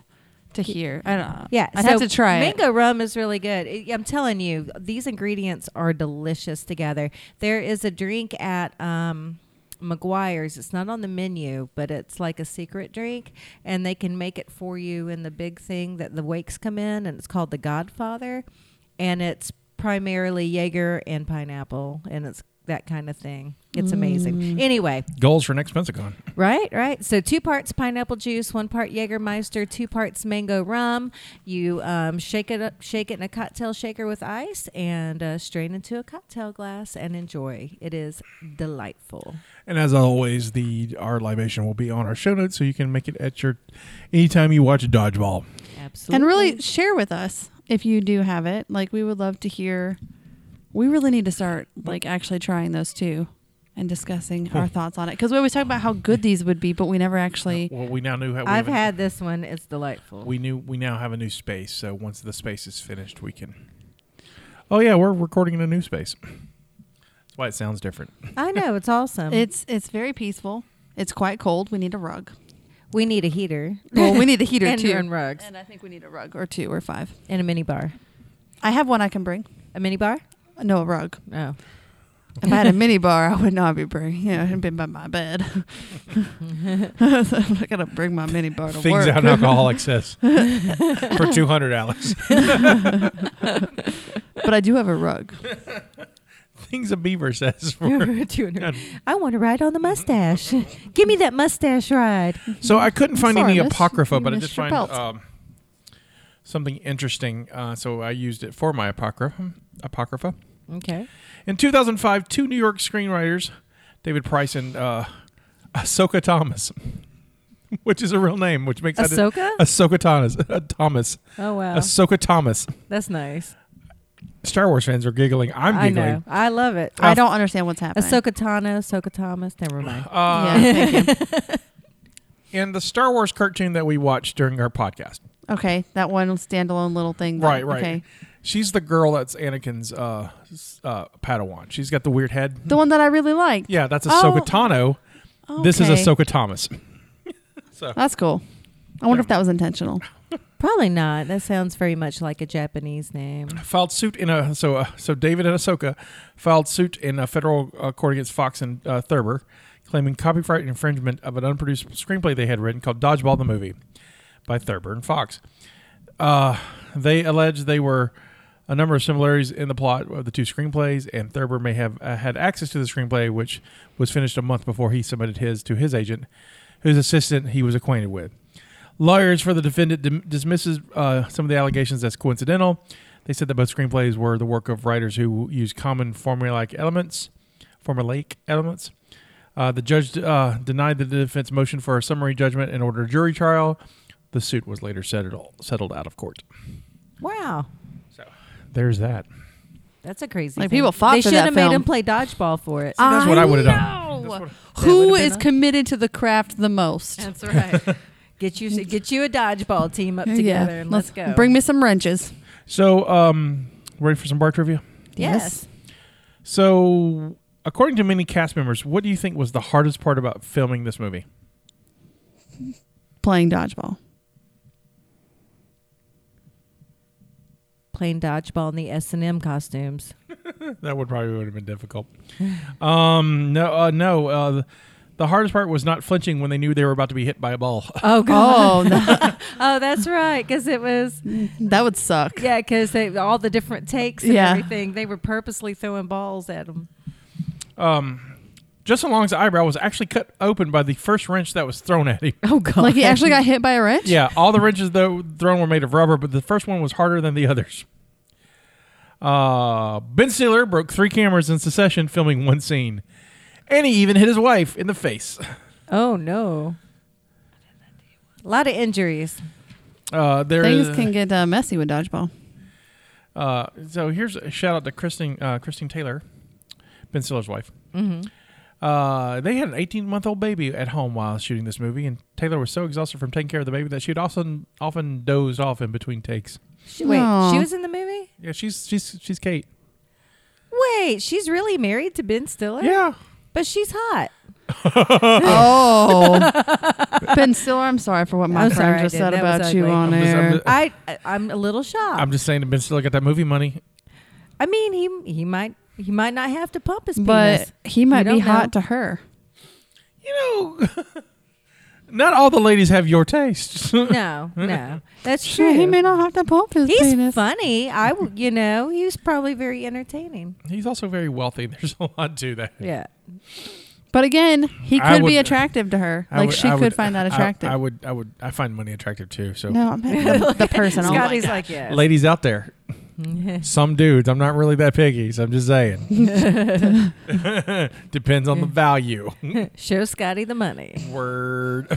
to hear. I don't know. Yeah, I'd so have to try it. Mango rum is really good. I- I'm telling you, these ingredients are delicious together. There is a drink at um, McGuire's. It's not on the menu, but it's like a secret drink, and they can make it for you in the big thing that the wakes come in, and it's called the Godfather, and it's primarily Jaeger and pineapple, and it's that kind of thing. It's Mm. amazing. Anyway, Goals for next Pensacon. Right, right. So two parts pineapple juice, one part Jägermeister, two parts mango rum. You um, shake it up, shake it in a cocktail shaker with ice, and uh, strain into a cocktail glass and enjoy. It is delightful. And as always, the our libation will be on our show notes, so you can make it at your anytime you watch dodgeball. Absolutely. and really share with us if you do have it. Like we would love to hear. We really need to start like actually trying those too, and discussing our thoughts on it because we always talk about how good these would be, but we never actually. Well, we now knew how we have I've a- had this one. It's delightful. We knew we now have a new space, so once the space is finished, we can. Oh yeah, we're recording in a new space. That's why it sounds different. I know it's awesome. It's it's very peaceful. It's quite cold. We need a rug. we need a heater. Well, we need a heater and, too, and rugs and I think we need a rug or two or five. and a mini bar. I have one I can bring. A mini bar? No, a rug. No. If I had a mini bar, I would not be bringing. You know, it'd been by my bed. so I'm not gonna bring my mini bar to Things work. out in alcoholic says for two hundred, Alex. but I do have a rug. Things a beaver says. For, I want to ride on the mustache. Give me that mustache ride. so I couldn't find Sorry, any miss. apocrypha, You but I did missed your find belt. um, something interesting. Uh, so I used it for my apocrypha. Apocrypha. Okay. In 2005, two New York screenwriters, David Price and uh, Ahsoka Thomas, which is a real name, which makes Ahsoka? Ahsoka Thomas. Thomas. Oh, wow. Ahsoka Thomas. That's nice. Star Wars fans are giggling. I'm I giggling. know. I love it. I don't understand what's happening. Ahsoka Tano, Ahsoka Thomas. Never mind. Uh, yeah, thank you. In the Star Wars cartoon that we watched during our podcast. Okay, that one standalone little thing. that- Right, right. Oh, Okay, She's the girl that's Anakin's uh, s- uh, Padawan. She's got the weird head. the one that I really liked. Yeah, that's Oh. Ahsoka Tano. This is Okay. Ahsoka Thomas. so That's cool. I wonder if that was intentional. Probably not. That sounds very much like a Japanese name. filed suit in a so uh, so David and Ahsoka filed suit in a federal uh, court against Fox and uh, Thurber, claiming copyright infringement of an unproduced screenplay they had written called Dodgeball the Movie by Thurber and Fox. Uh, they alleged they were a number of similarities in the plot of the two screenplays, and Thurber may have uh, had access to the screenplay, which was finished a month before he submitted his to his agent, whose assistant he was acquainted with. Lawyers for the defendant dim- dismisses uh, some of the allegations as coincidental. They said that both screenplays were the work of writers who use common formulaic elements, formulaic elements. Uh, the judge uh, denied the defense motion for a summary judgment and ordered a jury trial. The suit was later settled settled out of court. Wow. There's that. That's a crazy. Like, thing. people fought They for should that have made film. Oh. him play dodgeball for it. that's what I would've done. know. Oh, That's what- Who would've been is nice. committed to the craft the most? That's right. get you get you a dodgeball team up together and let's, go. Bring me some wrenches. So, um, ready for some bar trivia? yes. So, according to many cast members, what do you think was the hardest part about filming this movie? Playing dodgeball. Playing dodgeball in the S and M costumes. That would probably would have been difficult. Um, no, uh, no. Uh, the- the hardest part was not flinching when they knew they were about to be hit by a ball. Oh god. Oh, that, Oh, that's right. Because it was that would suck. yeah. Because all the different takes and Yeah. everything. They were purposely throwing balls at him. Justin Long's eyebrow was actually cut open by the first wrench that was thrown at him. Oh god. Like he actually got hit by a wrench. Yeah, all the wrenches though thrown were made of rubber, but the first one was harder than the others. Uh, ben Stiller broke three cameras in succession filming one scene, and he even hit his wife in the face. Oh no. A lot of injuries. Uh, there Things is- can get uh, messy with dodgeball. Uh, so here's a shout out to Christine uh, Christine Taylor, Ben Stiller's wife. Mm-hmm. Uh, they had an 18 month old baby at home while shooting this movie, and Taylor was so exhausted from taking care of the baby that she'd often often dozed off in between takes. She, wait, Aw. she was in the movie. Yeah, she's she's she's Kate. Wait, she's really married to Ben Stiller. Yeah, but she's hot. Oh, Ben Stiller, I'm sorry for what my I'm friend sorry I just did. said That was about you ugly. on I'm just- I'm air. just- I I- I'm a little shocked. I'm just saying that Ben Stiller got that movie money. I mean, he he might he might not have to pump his but penis. he might You be don't know. hot to her. You know, not all the ladies have your taste. No, no, that's Sure, true. he may not have to pump his He's penis. funny. I w- you know he was probably very entertaining. He's also very wealthy. There's a lot to that. Yeah. But again, he I could be would- attractive to her. I like would- she I could would- find that I- attractive. I, would. I would. I find money attractive too. So no, I meant the, the person. Oh my Scotty's God. like yeah. ladies out there, some dudes. I'm not really that picky, so I'm just saying. Depends on the value. Show Scotty the money. Word.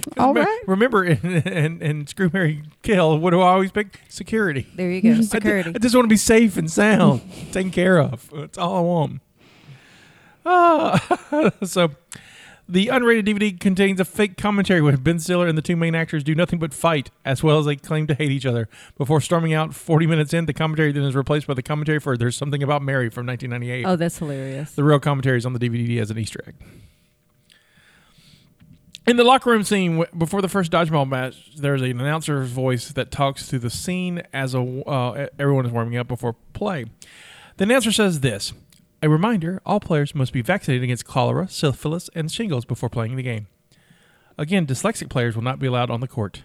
'Cause All me- right. Remember, in, in, in Screw Mary Kill, what do I always pick? Security. There you go. I ju- Security. I, just want to be safe and sound, taken care of. That's all I want. Ah, so, the unrated DVD contains a fake commentary where Ben Stiller and the two main actors do nothing but fight, as well as they claim to hate each other. Before storming out 40 minutes in, the commentary then is replaced by the commentary for There's Something About Mary from 1998. oh, that's hilarious. The real commentary is on the DVD as an Easter egg. In the locker room scene w- before the first dodgeball match, there's an announcer's voice that talks through the scene as a, uh, everyone is warming up before play. The announcer says this: "A reminder: all players must be vaccinated against cholera, syphilis, and shingles before playing the game. Again, dyslexic players will not be allowed on the court.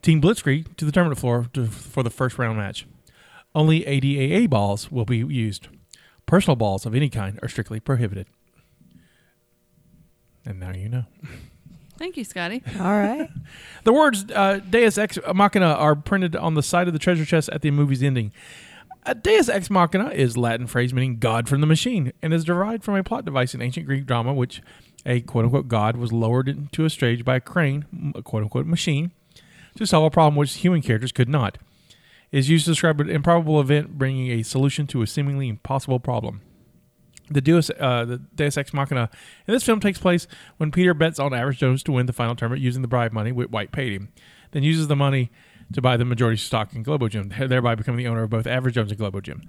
Team Blitzkrieg to the tournament floor to, for the first round match. Only ADAA balls will be used. Personal balls of any kind are strictly prohibited. And now you know. Thank you, Scotty. All right. The words uh, Deus Ex Machina are printed on the side of the treasure chest at the movie's ending. Uh, Deus Ex Machina is Latin phrase meaning God from the machine and is derived from a plot device in ancient Greek drama which a quote unquote God was lowered into a stage by a crane, m- a quote unquote machine, to solve a problem which human characters could not. It is used to describe an improbable event bringing a solution to a seemingly impossible problem the Deus, uh, the Deus Ex Machina. And this film takes place when Peter bets on Average Jones to win the final tournament using the bribe money Whit White paid him, then uses the money to buy the majority stock in Globo Gym, thereby becoming the owner of both Average Jones and Globo Gym.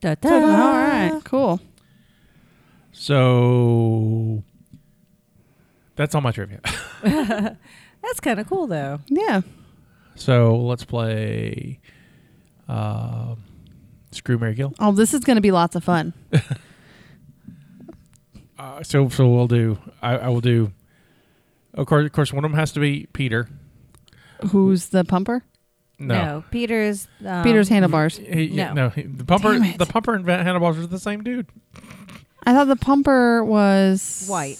Da-da. All right, cool. So that's all my trivia. That's kind of cool, though. Yeah. so let's play uh, Screw Mary Kill. Oh, this is going to be lots of fun. Uh, so so we'll do. I, I will do. oh, Of course, of course, one of them has to be Peter. Who's the pumper? Peter's. Um, Peter's handlebars. He, no, No. no he- the pumper, Damn it. the pumper and Van handlebars are the same dude. I thought the pumper was White.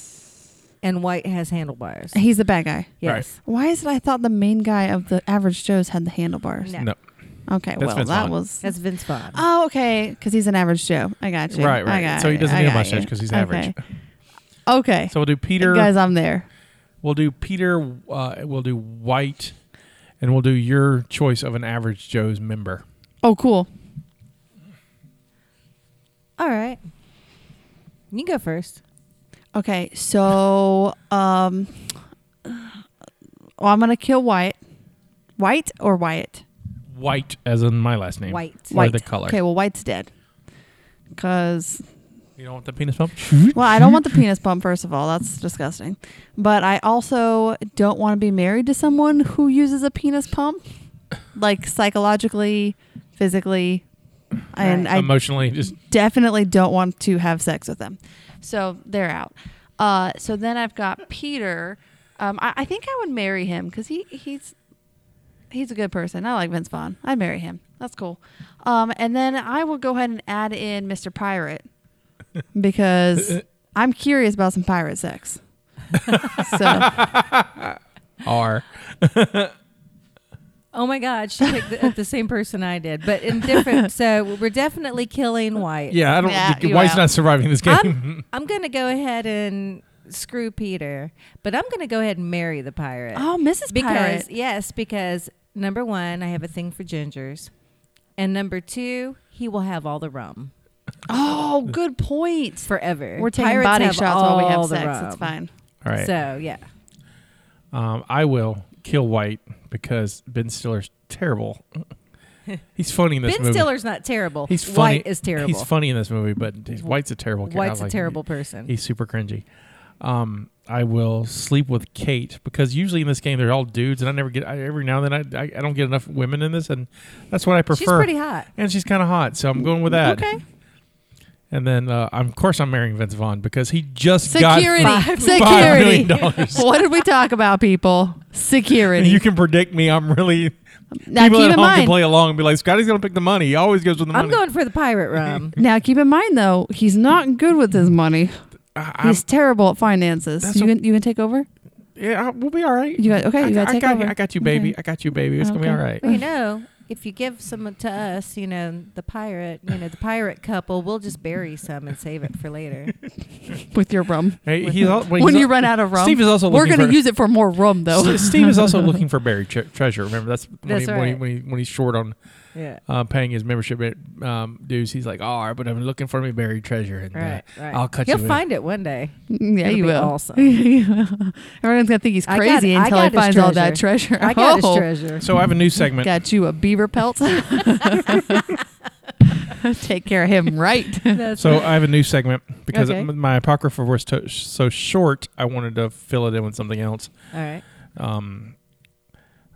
And White has handlebars. He's the bad guy. Yes. Why is it I thought the main guy of the average Joe's had the handlebars? No. No, Okay, That's well, Vince that Vaughn. was. That's Vince Vaughn. Oh, okay, because he's an average Joe. I got you. right, I right. got So he you. doesn't I need a got mustache you. because he's Okay. average. Okay. So we'll do Peter. Guys, I'm there. we'll do Peter. Uh, we'll do White, and we'll do your choice of an average Joe's member. Oh, cool. All right. You go first. Okay, so um, well, I'm gonna kill White. White or Wyatt? White, as in my last name. White. Or White. the color. Okay, well, White's dead. Cause You don't want the penis pump. well, I don't want the penis pump. First of all, that's disgusting. But I also don't want to be married to someone who uses a penis pump, like psychologically, physically, and I Emotionally, just definitely don't want to have sex with them. So they're out. Uh, so then I've got Peter. Um, I, I think I would marry him because he, he's he's a good person. I like Vince Vaughn. I'd marry him. That's cool. Um, and then I will go ahead and add in Mr. Pirate because I'm curious about some pirate sex. so R. Oh my God, she picked the, the same person I did, but in different. so we're definitely killing White. Yeah, I don't. Yeah, the- you White's out. not surviving this game. Mm-hmm. I'm, I'm going to go ahead and screw Peter, but I'm going to go ahead and marry the pirate. oh, Mrs. because Pirate. yes, because number one, I have a thing for gingers, and number two, he will have all the rum Oh, good point. forever. We're taking Pirates body have shots while we all have the sex. rum. It's fine. All right. So yeah, Um, I will kill White because Ben Stiller's terrible. He's funny in this Ben movie. Stiller's not terrible. He's funny. White is terrible. He's funny in this movie, but he's, White's a terrible. character. I White's a like- terrible person. He's super cringy. Um, I will sleep with Kate because usually in this game they're all dudes, and I never get. I, every now and then I, I I don't get enough women in this, and that's what I prefer. She's pretty hot. and she's kind of hot, so I'm going with that. Okay. And then, uh, I'm, of course, I'm marrying Vince Vaughn because he just Security. got five, Security. five million dollars. what did we talk about, people? Security. you can predict me. I'm really Now, people at home keep in can mind- play along and be like, Scotty's gonna pick the money. He always goes with the I'm money. going for the pirate rum. Now, keep in mind though, he's not good with his money. he's terrible at finances. That's You a- can you can take over. yeah, I- we'll be all right. You got- okay, I, you gotta I take got, over. I got you, baby. Okay. I got you, baby. It's gonna be Okay. all right. Well, you know, if you give some to us, you know, the pirate, you know, the pirate couple, we'll just bury some and save it for later. With your rum, Hey, he's al- well, when he's you al- run out of rum, Steve is also we're looking gonna for- use it for more rum though. S- Steve is also looking for buried tre- treasure. Remember that's when, That's he, when, he, right. when, he, when he's short on Yeah. uh, paying his membership um, dues. He's like, all right, but I'm looking for me buried treasure, and uh, Right, right. I'll cut He'll you. in." find it one day. yeah, It'll you be will. awesome. Everyone's gonna think he's I got- crazy I until got he his finds all that treasure. I got Oh, his treasure. So I have a new segment. Got you a beaver pelt. Take care of him right. So I have a new segment because Okay. m- my apocrypha was to- so short. I wanted to fill it in with something else. All right. Um,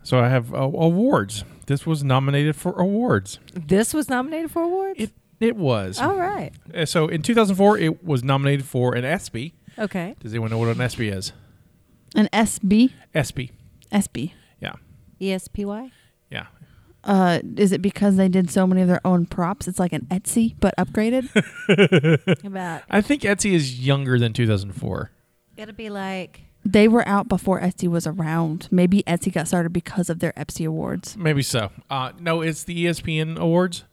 so I have uh, awards. This was nominated for awards. This was nominated for awards? It it was. Oh, All right. Uh, So in 2004, it was nominated for an ESPY. Okay. Does anyone know what an ESPY is? An SB ESPY. SB. Yeah. E ESPY? Yeah. Uh, is it because they did so many of their own props? It's like an Etsy but upgraded. About I think Etsy is younger than 2004. it'll be like They were out before Etsy was around. Maybe Etsy got started because of their Etsy awards. Maybe so. Uh, no, it's the ESPN awards.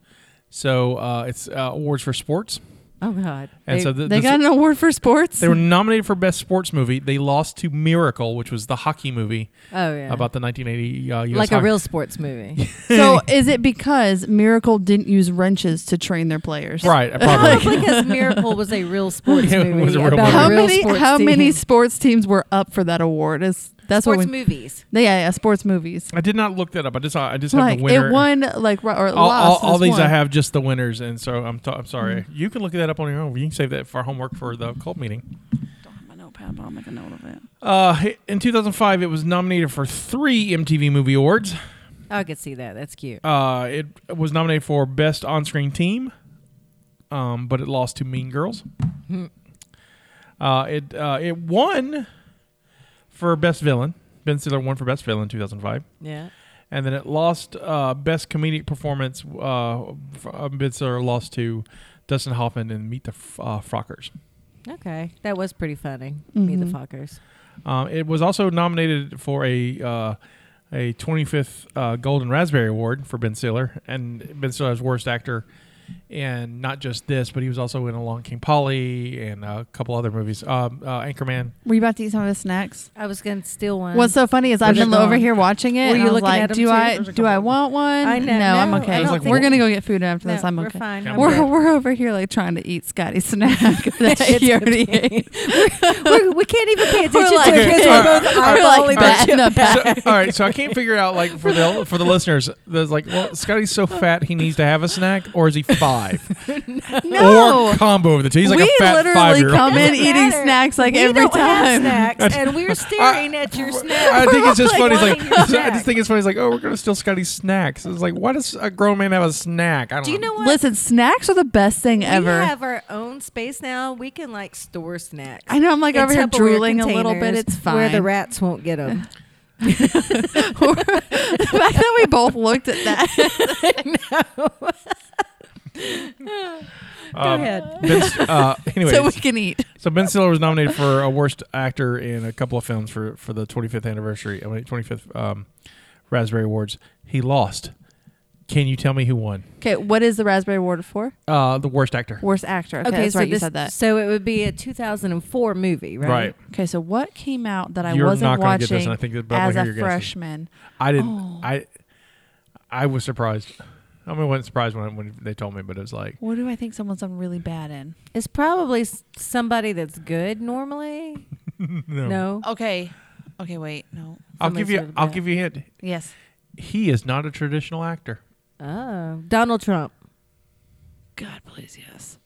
So uh, it's uh, awards for sports. Oh God! And they, so th- they this- got an award for sports. They were nominated for best sports movie. They lost to Miracle, which was the hockey movie. Oh, yeah. About the 1980 uh, U.S. like a hockey- real sports movie. so is it because Miracle didn't use wrenches to train their players? Right, probably. Probably because Miracle was a real sports Yeah, it movie. was a real about movie. How a real many sports how team. many sports teams were up for that award? Is that's sports what we, movies? Yeah, yeah, sports movies. I did not look that up. I just I just have Like the winner. it won like ro- or all, all, lost. all is Mm. these I won. have just the winners, and so I'm t- I'm sorry. You can look that up on your own. You can save that for homework for the cult meeting. My notepad, but I'll make a note of it. Uh, in 2005, it was nominated for three MTV Movie Awards. Oh, I could see that. That's cute. Uh, it was nominated for Best On Screen Team, um, but it lost to Mean Girls. Hmm. uh, it uh, it won for Best Villain. Ben Stiller won for Best Villain in 2005. Yeah. And then it lost uh, Best Comedic Performance. Uh, f- uh, ben Stiller lost to Dustin Hoffman in Meet the F- uh, Frockers. Okay, that was pretty funny. Me Mm-hmm. the fuckers. Um, it was also nominated for a uh, a 25th uh, Golden Raspberry Award for Ben Stiller, and Ben Stiller's worst actor, and not just this, but he was also in Along King Polly and a couple other movies, um, uh, Anchorman. Were you about to eat some of the snacks? I was gonna steal one. What's so funny is I've Where's been it over going? here watching it. Were and you I was looking like, at 'em do too? I There's a do I want one? I know. No, I'm No, I okay. don't think- we're gonna go get food after this. No, I'm we're okay. fine. I'm We're good. we're over here like trying to eat Scotty's snack that he already ate. We're, we can not even pay attention like- to it because Okay. we're both We're like eyeballing that in the the So, back. all right, so I can't figure out like for the for the listeners, there's like, well, Scotty's so fat he needs to have a snack, or is he five, No. or combo of the two? He's like we a fat five literally year old. come in Doesn't eating matter. snacks like we every don't time. Have snacks, and we're staring at your snack. Uh, I think it's just We're funny. It's wanting like your I snack. just think it's funny. It's like, oh, we're gonna steal Scotty's snacks. It's like, why does a grown man have a snack? I don't Do you know what? Listen, snacks are the best thing ever. We have our own space now. We can like store snacks. I know, I'm, like, In over here Tupperware drooling a little containers bit. It's Where the fine. rats won't get Um, them. the fact that we both looked at that. Go ahead. uh, anyways, so we can eat. So Ben Stiller was nominated for a worst actor in a couple of films for, for the 25th anniversary, I mean 25th um, Raspberry Awards. He lost. Can you tell me who won? Okay, what is the Raspberry Award for? Uh, the worst actor. Worst actor. Okay, that's so right. You this- said that. So it would be a 2004 movie, right? Right. Okay, so what came out that I You're not wasn't gonna get watching this, and I think that- but I as wanna a hear your guesses. freshman? I didn't. Oh. I I was surprised. I mean, I wasn't surprised when, when they told me, but it was like What do I think someone's I'm really bad in? It's probably s- somebody that's good normally. no. Okay. Okay, wait. No. I'll give you Somebody's I'll bad. give you a hint. Yes. He is not a traditional actor. Oh, Donald Trump. God, please, yes.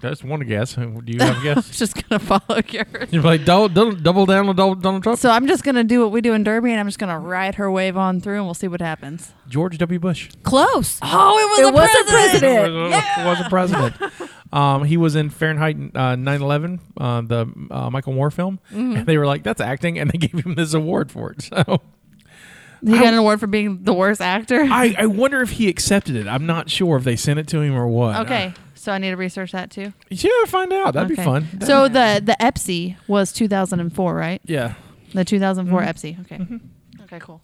That's one guess. Do you have a I guess? was just going to follow yours. You're like double, double, double down on double- Donald Trump. So I'm just going to do what we do in Derby and I'm just going to ride her wave on through and we'll see what happens. George W. Bush. Close. Oh, it was It was a president. was, was a president. Um, he was in Fahrenheit uh, 9/11, uh, the uh, Michael Moore film, Mm-hmm. and they were like, "That's acting," and they gave him this award for it. So He got an award for being the worst actor. I, I wonder if he accepted it. I'm not sure if they sent it to him or what. Okay, so I need to research that too. Uh, yeah, find out. That'd be Okay. fun. So the the EPSI was 2004, right? yeah, The 2004 EPSI. Okay. Mm-hmm. Okay, cool.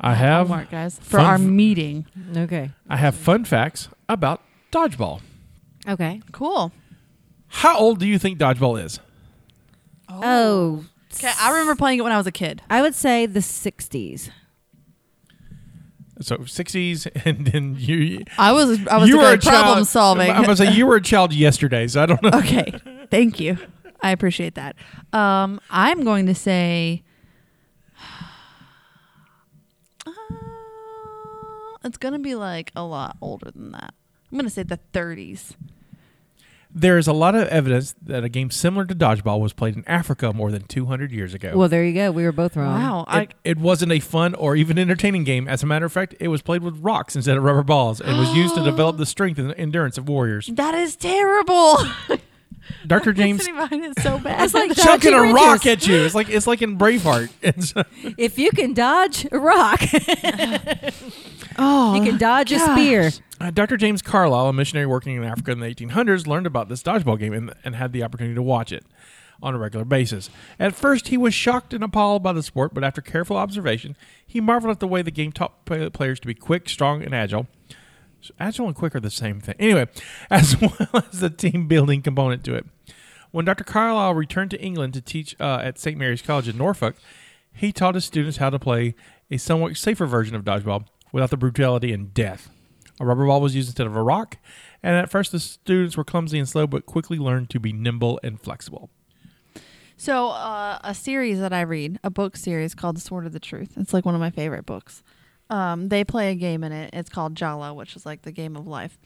I have Homework, guys, for fun our f- meeting. Okay. I have fun facts about dodgeball. Okay. Cool. How old do you think dodgeball is? Oh. Okay, I remember playing it when I was a kid. I would say the 60s. So 60s, and then you. I was I was you were good a at problem child, solving. I'm gonna say you were a child yesterday, so I don't know. okay, thank you. I appreciate that. Um, I'm going to say. Uh, It's gonna be like a lot older than that. I'm gonna say the 30s. There is a lot of evidence that a game similar to dodgeball was played in Africa more than 200 years ago. Well, there you go. We were both wrong. Wow, I, it, it wasn't a fun or even entertaining game. As a matter of fact, it was played with rocks instead of rubber balls and was used to develop the strength and endurance of warriors. that is terrible. Dr. James Sitting behind it so bad. It's like chucking dodging a wrenches. rock at you. It's like it's like in Braveheart. And so- If you can dodge a rock, oh, you can dodge a gosh. spear. Uh, Dr. James Carlisle, a missionary working in Africa in the 1800s, learned about this dodgeball game and, and had the opportunity to watch it. on a regular basis. At first, he was shocked and appalled by the sport, but after careful observation, he marveled at the way the game taught play- players to be quick, strong, and agile. So agile and quick are the same thing. Anyway, as well as the team building component to it. When Dr. Carlisle returned to England to teach uh, at St. Mary's College in Norfolk, he taught his students how to play a somewhat safer version of dodgeball without the brutality and death. A rubber ball was used instead of a rock, and at first the students were clumsy and slow, but quickly learned to be nimble and flexible. So, uh, a series that I read, a book series called The Sword of the Truth. It's like one of my favorite books. Um, they play a game in it. It's called Jala, which is like the game of life.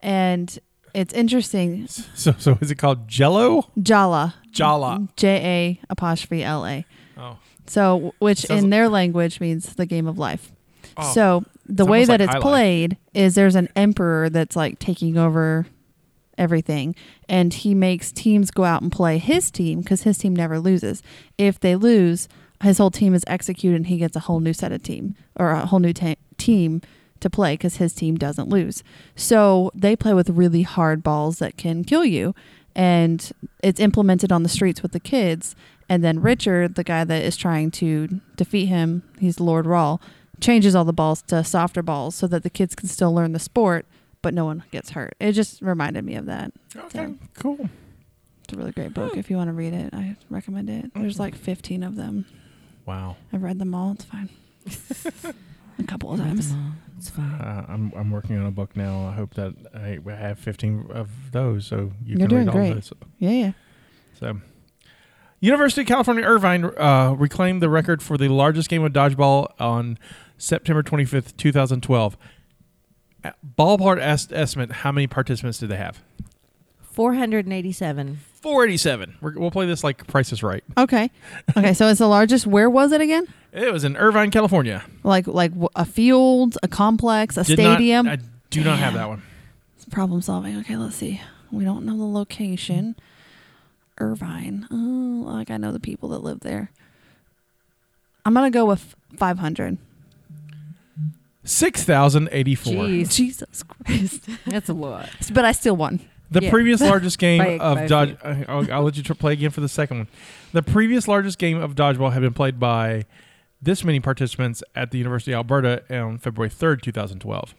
And it's interesting. So, so is it called Jello? Jala. Jala. J A apostrophe L A. Oh. So, which Sounds- in their language means the game of life. Oh. So, the It's way almost like that it's highlight. played is there's an emperor that's like taking over everything, and he makes teams go out and play his team because his team never loses. If they lose, his whole team is executed, and he gets a whole new set of team or a whole new ta- team to play because his team doesn't lose. So, they play with really hard balls that can kill you and it's implemented on the streets with the kids. And then Richard, the guy that is trying to defeat him, he's Lord Rawl, changes all the balls to softer balls so that the kids can still learn the sport, but no one gets hurt. It just reminded me of that. Okay, cool. It's a really great book. If you want to read it, I recommend it. There's like 15 of them. Wow. I've read them all. It's fine. a couple of times. It's fine. Uh, I'm I'm working on a book now. I hope that I I have 15 of those, so you You're can doing read all great. those. Yeah, yeah. So, University of California Irvine uh, reclaimed the record for the largest game of dodgeball on September 25th, 2012. Uh, Ballpark est- estimate: How many participants did they have? 487. 487. We're, we'll play this like Price is Right. Okay. Okay. So it's the largest. Where was it again? It was in Irvine, California. Like like w- a field, a complex, a Did not- stadium. I do not have Damn. that one. problem solving. Okay, let's see. We don't know the location. Irvine. Oh, like I know the people that live there. I'm gonna go with 500. 6,084. Jeez. Jesus Christ! That's a lot. but I still won. The Yeah. previous largest game By- of by dodge. I- I'll, I'll let you tr- play again for the second one. The previous largest game of dodgeball had been played by this many participants at the University of Alberta on February third, two thousand twelve.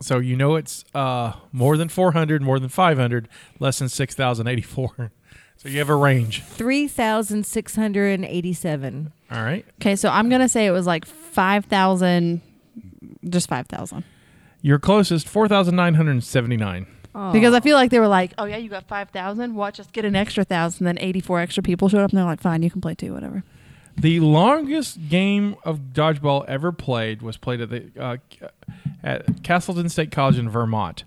So you know it's uh, more than four hundred, more than five hundred, less than six thousand eighty-four. So you have a range. 3,687. All right, Okay, so I'm gonna say it was like 5,000, just 5,000, your closest four thousand nine hundred seventy-nine. Oh. because I feel like they were like, oh yeah, you got 5,000. What? Just get an extra thousand. Then 84 extra people showed up, and they're like, fine, you can play too, whatever. The longest game of dodgeball ever played was played at the uh, at Castleton State College in Vermont.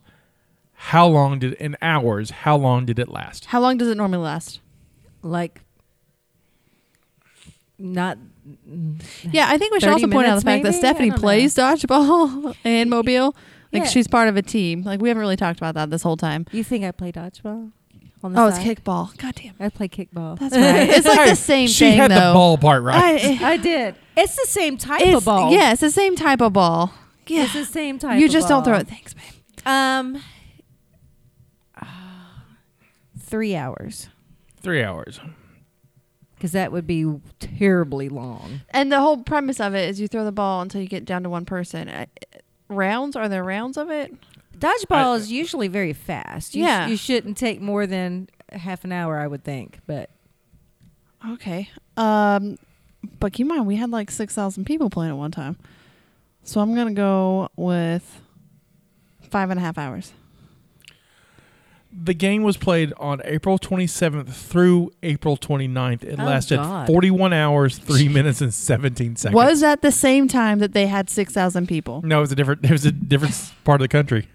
How long did in hours? How long did it last? How long does it normally last? Like, not. Yeah, I think we should 30 also point out minutes, the fact that maybe? I Stephanie don't know. plays dodgeball and Mobile. Like Yeah. she's part of a team. Like we haven't really talked about that this whole time. You think I play dodgeball? On the Oh, it's side? kickball. God damn. I play kickball. That's right. It's like the same she thing had though. the ball part right. I, I did. It's the same type it's, of ball. Yeah, it's the same type of ball. Yeah. It's the same type. you of just don't throw ball. it. Thanks, babe. Um, three hours Three hours. because that would be terribly long. And the whole premise of it is you throw the ball until you get down to one person. I, rounds? Are there rounds of it? Dodgeball is usually very fast. You sh- Yeah. you shouldn't take more than half an hour, I would think. But Okay. Um, but keep in mind, we had like 6,000 people playing at one time. So I'm going to go with five and a half hours. The game was played on April 27th through April 29th. It Oh, lasted God. 41 hours, 3 minutes and 17 seconds. Was at the same time that they had 6,000 people. No, it was a different it was a different s- part of the country.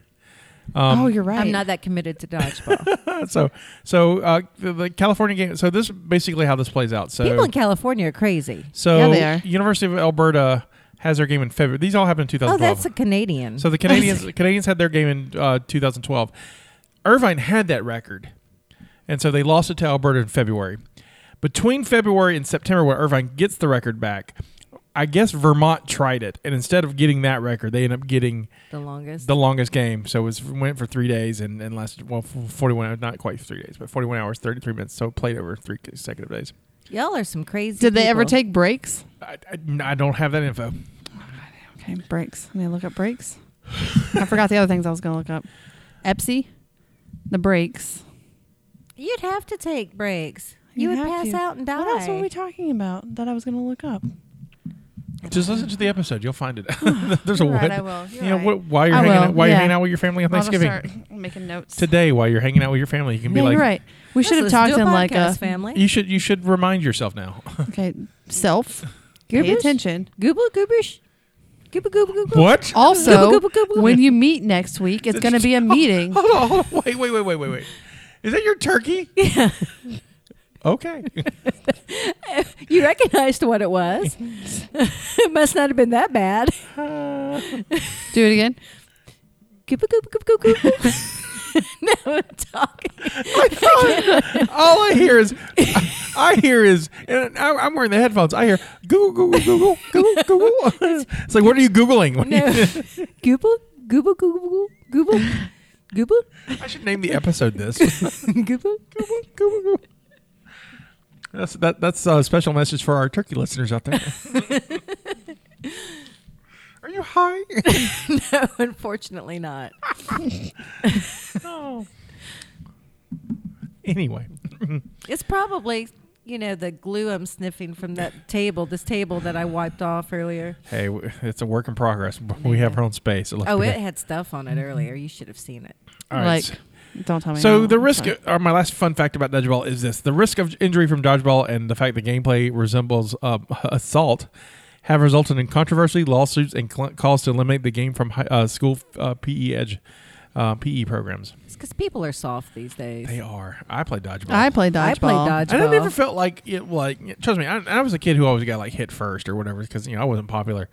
oh, you're right. I'm not that committed to dodgeball. So so uh, the, the California game so this basically how this plays out. So People in California are crazy. So Yeah, they are. University of Alberta has their game in February. These all happened in Oh, 2012. that's a Canadian. so the Canadians Canadians had their game in uh, 2012. Irvine had that record, and so they lost it to Alberta in February. Between February and September, when Irvine gets the record back, I guess Vermont tried it, and instead of getting that record, they ended up getting The longest. the longest game. So it was, went for three days and, and lasted well f- forty one hours, not quite three days, but forty one hours, thirty three minutes. So it played over three consecutive days. Y'all are some crazy. Did they ever people. take breaks? I, I, I don't have that info. Okay, breaks. Let me look up breaks. I forgot the other things I was going to look up. Epsy, the breaks. You'd have to take breaks. You You'd would have pass to. out and die. What else were we talking about that I was going to look up? Just listen to the episode; you'll find it. There's a You're right, what? I will. You're you know right. what? While you're I hanging will, out, while yeah. you're hanging out with your family on I'll just Thanksgiving start making notes. today, while you're hanging out with your family, you can yeah, be like, you're right. We should have Let's do talked in like uh, podcast, a family. you should you should remind yourself now. okay self. Pay Goobers? attention. Gooble goobish. Gooba gooba gooba. what? Also, Gooba, gooba, gooba. when you meet next week, it's going to be a meeting. Hold on, hold on. Wait, wait, wait, wait, wait, wait. Is that your turkey? Yeah. okay. You recognized what it was. it must not have been that bad. oh. Do it again. Gooba gooba gooba gooba gooba. now I'm talking. All I hear is, I hear is, and I, I'm wearing the headphones. I hear Google, Google, Google, Google, Google. It's like, what are you googling? What are you- Gooba gooba gooba gooba gooba I should name the episode this. gooba. that's that, that's a special message for our turkey listeners out there. are you high? No, unfortunately not. no. Anyway, It's probably you know the glue I'm sniffing from that table, this table that I wiped off earlier. hey, w- it's a work in progress. We have our own space. It looks Oh, pretty it had stuff on it earlier. You should have seen it. All right. like, don't tell me. So no. the risk, Sorry. or my last fun fact about dodgeball is this: the risk of injury from dodgeball and the fact that gameplay resembles uh, assault have resulted in controversy, lawsuits, and cl- calls to eliminate the game from hi- uh, school uh, PE edge uh, PE programs. It's because people are soft these days. They are. I play dodgeball. I play dodgeball. I play dodgeball. And I never felt like it. Like trust me, I, I was a kid who always got like hit first or whatever because you know I wasn't popular.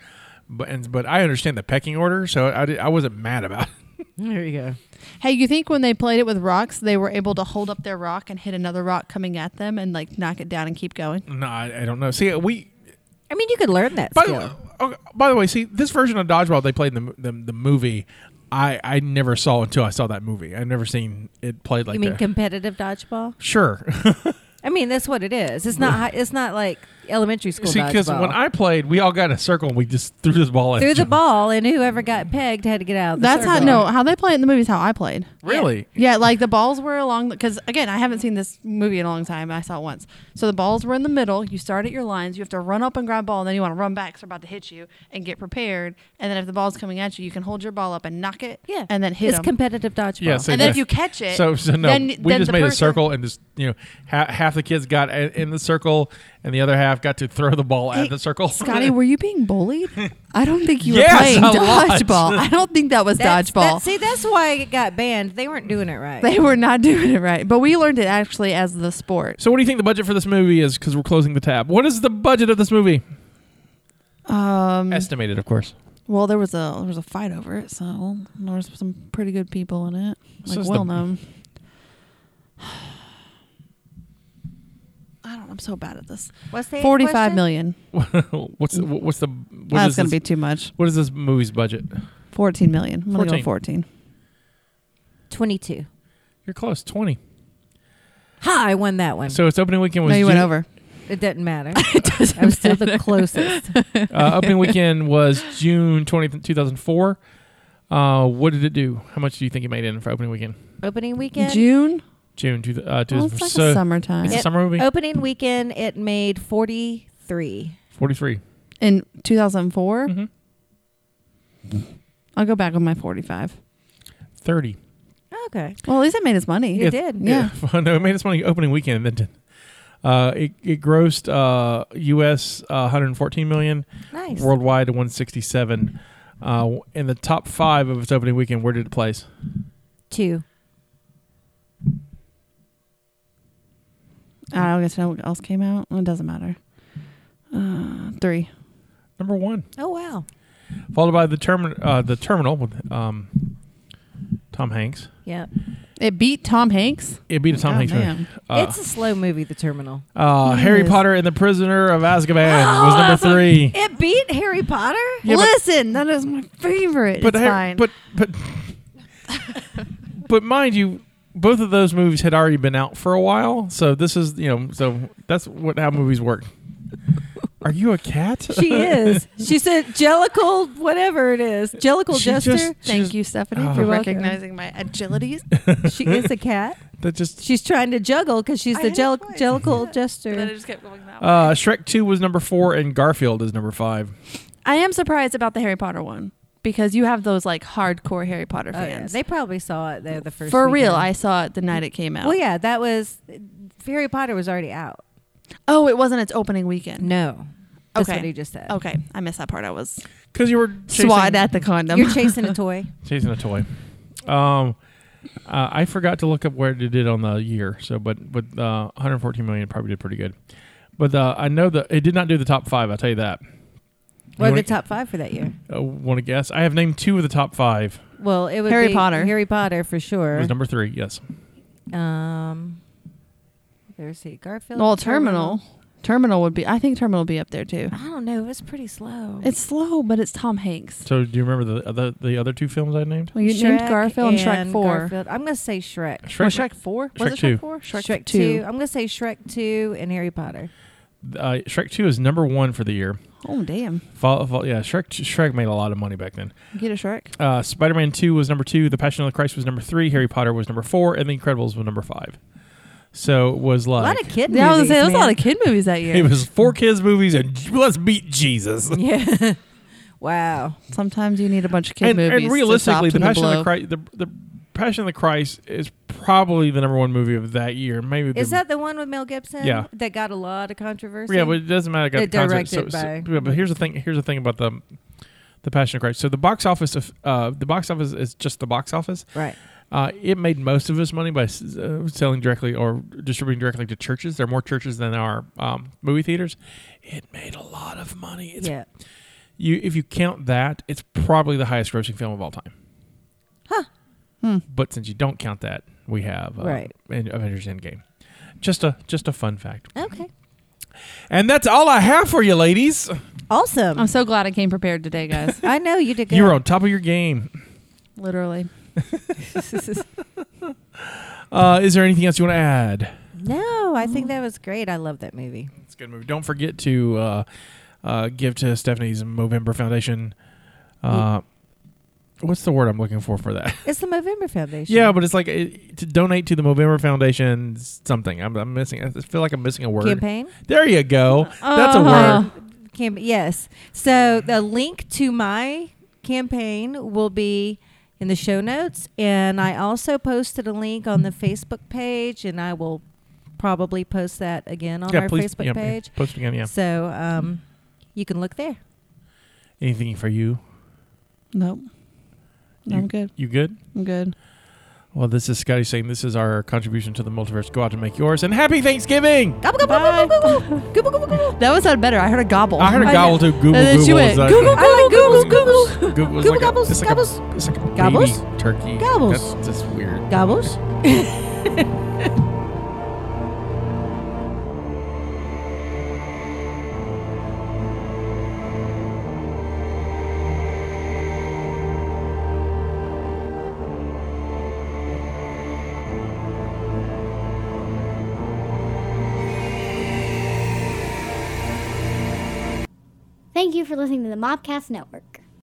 But and, but I understand the pecking order, so I did, I wasn't mad about. it. There you go. Hey, you think when they played it with rocks, they were able to hold up their rock and hit another rock coming at them and like knock it down and keep going? No, I, I don't know. See, we I mean, you could learn that By the, skill. way, okay, by the way, see this version of dodgeball they played in the the, the movie. I, I never saw until I saw that movie. I've never seen it played like you mean that. competitive dodgeball? sure. I mean, that's what it is. It's not. High, it's not like elementary school see, because dodgeball. when I played, we all got in a circle and we just threw this ball at threw each the other. ball, and whoever got pegged had to get out. Of the That's how circle. no, how they play it in the movies. How I played. Really? Yeah, like the balls were along because again, I haven't seen this movie in a long time. I saw it once. So the balls were in the middle. You start at your lines. You have to run up and grab ball, and then you want to run back. So they're about to hit you and get prepared. And then if the ball's coming at you, you can hold your ball up and knock it. Yeah, and then hit It's 'em. competitive dodgeball. Yeah, so And then yeah. if you catch it, so so no, then- we then just the made a person- circle and just you know ha- half the kids got a- in the circle and the other half got to throw the ball Hey, at the circle. Scotty, were you being bullied? I don't think you Yes, were playing a lot. dodgeball. I don't think that was That's- dodgeball. That, see, that's why it got banned. They weren't doing it right. they were not doing it right. But we learned it actually as the sport. so what do you think the budget for this movie is? Because we're closing the tab. What is the budget of this movie? Um, Estimated, of course. well, there was a there was a fight over it, so there was some pretty good people in it, This like is the- well known. I don't. I'm so bad at this. What's the Forty-five question? million. what's the, Mm. what's the what That's is going to Oh, be this- too much. what is this movie's budget? Fourteen million. I'm going 14. to go with fourteen. Twenty-two. You're close, twenty. Ha! I won that one. So its opening weekend was No, you went Ju- over. it doesn't matter. it doesn't I'm still the closest. uh, opening weekend was June 20th, 2004. Uh, what did it do? How much do you think it made in for opening weekend? Opening weekend. June. June two, uh, 2004. Well, it's like so a summertime. it's a summer movie. Opening weekend, it made forty-three. 43. in 2004 Mhm. Mm-hmm. i'll go back on my 45 30. Okay. well at least i made his money It Yeah. did. yeah, no, it made its money opening weekend and then did. Uh, it, it grossed uh, US uh, 114 million, Nice. worldwide 167. Uh, in the top five of its opening weekend, where did it place? Two. i don't guess know what else came out it doesn't matter uh, three Number one. Oh wow. followed by the term uh, the terminal with um, Tom Hanks. Yeah. It beat Tom Hanks. It beat a Tom Oh, Hanks movie. man. Uh, it's a slow movie, The Terminal. uh, Harry Potter and the Prisoner of Oh, Azkaban was number three. It beat Harry Potter. Yeah, but- Listen, that is my favorite. But it's Har- fine. but but but mind you, both of those movies had already been out for a while. So this is you know so that's what how movies work. Are you a cat? She is. She's a jellicle, whatever it is. Jellicle She jester. just- she Thank just- you, Stephanie, Oh. for You're welcome. recognizing my agilities. she is a cat. That just She's trying to juggle because she's I the had it jell- twice. jellicle And then I jester. just kept going that way. uh, Shrek Two was number four, and Garfield is number five. I am surprised about the Harry Potter one because you have those like hardcore Harry Potter Oh, yeah. fans. They probably saw it there the first. For real, weekend. I saw it the night it came out. Well, yeah, that was Harry Potter was already out. Oh, it wasn't its opening weekend. No, that's Okay. what he just said. Okay, I missed that part. I was Because you were chasing, swat at the condom. You're chasing a toy. chasing a toy. Um, uh, I forgot to look up where it did on the year. So, but but uh, 114 million probably did pretty good. But uh, I know that it did not do the top five. I'll tell you that. What You are the wanna- top five for that year? Uh, Want to guess? I have named two of the top five. Well, it would Harry be Potter. Harry Potter for It sure. was number three. Yes. um, there's the Garfield. well, terminal. Terminal would be. I think terminal would be up there too. I don't know. It was pretty slow. It's slow, but it's Tom Hanks. So, do you remember the other the other two films I named? Well, you named Garfield and Shrek Four. Garfield. I'm gonna say Shrek. Shrek, Shrek Four? Was Shrek it Shrek two. Four? Shrek, Shrek, 2 two. I'm gonna say Shrek Two and Harry Potter. uh, Shrek Two is number one for the year. Oh damn! Fall, fall, yeah, Shrek Shrek made a lot of money back then. Get a Shrek. Uh, Spider Man Two was number two. The Passion of the Christ was number three. Harry Potter was number four, and The Incredibles was number five. So it was like a lot of kid Yeah, I was gonna movies. say there was a lot man. of kid movies that year. It was four kids movies and j- let's beat Jesus. Yeah. wow. Sometimes you need a bunch of kid and, movies. and realistically, to the soften Passion of blow. the Christ, the, the Passion of the Christ is probably the number one movie of that year. Maybe Is the, that the one with Mel Gibson? Yeah. That got a lot of controversy. yeah, but it doesn't matter. Got It the concept. directed so, by- yeah, but here's the thing. Here's the thing about the the Passion of Christ. So the box office of uh, the box office is just the box office. right. Uh, it made most of its money by s- uh, selling directly or distributing directly to churches. There are more churches than there are um, movie theaters. It made a lot of money. It's Yeah. you if you count that, it's probably the highest grossing film of all time. Huh. But since you don't count that, we have uh, Right. An- Avengers Endgame. Just a just a fun fact. Okay. And that's all I have for you, ladies. Awesome. I'm so glad I came prepared today, guys. I know you did good. You're on top of your game. Literally. Uh, is there anything else you want to add? No, I think that was great. I love that movie. It's a good movie. Don't forget to uh, uh, give to Stephanie's Movember Foundation. Uh, What's the word I'm looking for for that? It's the Movember Foundation. yeah, but it's like it, to donate to the Movember Foundation. Something I'm, I'm missing. I feel like I'm missing a word. campaign. There you go. That's a Uh-huh. word. Camp- yes. So the link to my campaign will be in the show notes, and I also posted a link on the Facebook page, and I will probably post that again on yeah, our please. Facebook yeah, yeah, page. Post again. Yeah. So um, you can look there. Anything for you? Nope. No, I'm good. You good? I'm good. Well, this is Scotty saying this is our contribution to the multiverse. Go out and make yours. And happy Thanksgiving. Gobble, gobble, Bye. gobble, gobble, gobble. Gobble, gobble, gobble. That one sounded better. I heard a gobble. I heard a I gobble too. Google, uh, And then Google. Oh, Uh, she went, is like- Google, I like Google's, Google's. Google, was Google like gobbles, a, it's gobbles. Like a, it's like a baby Gobbles? turkey. Gobbles. That's just weird. Gobbles. Thank you for listening to the Mobcast Network.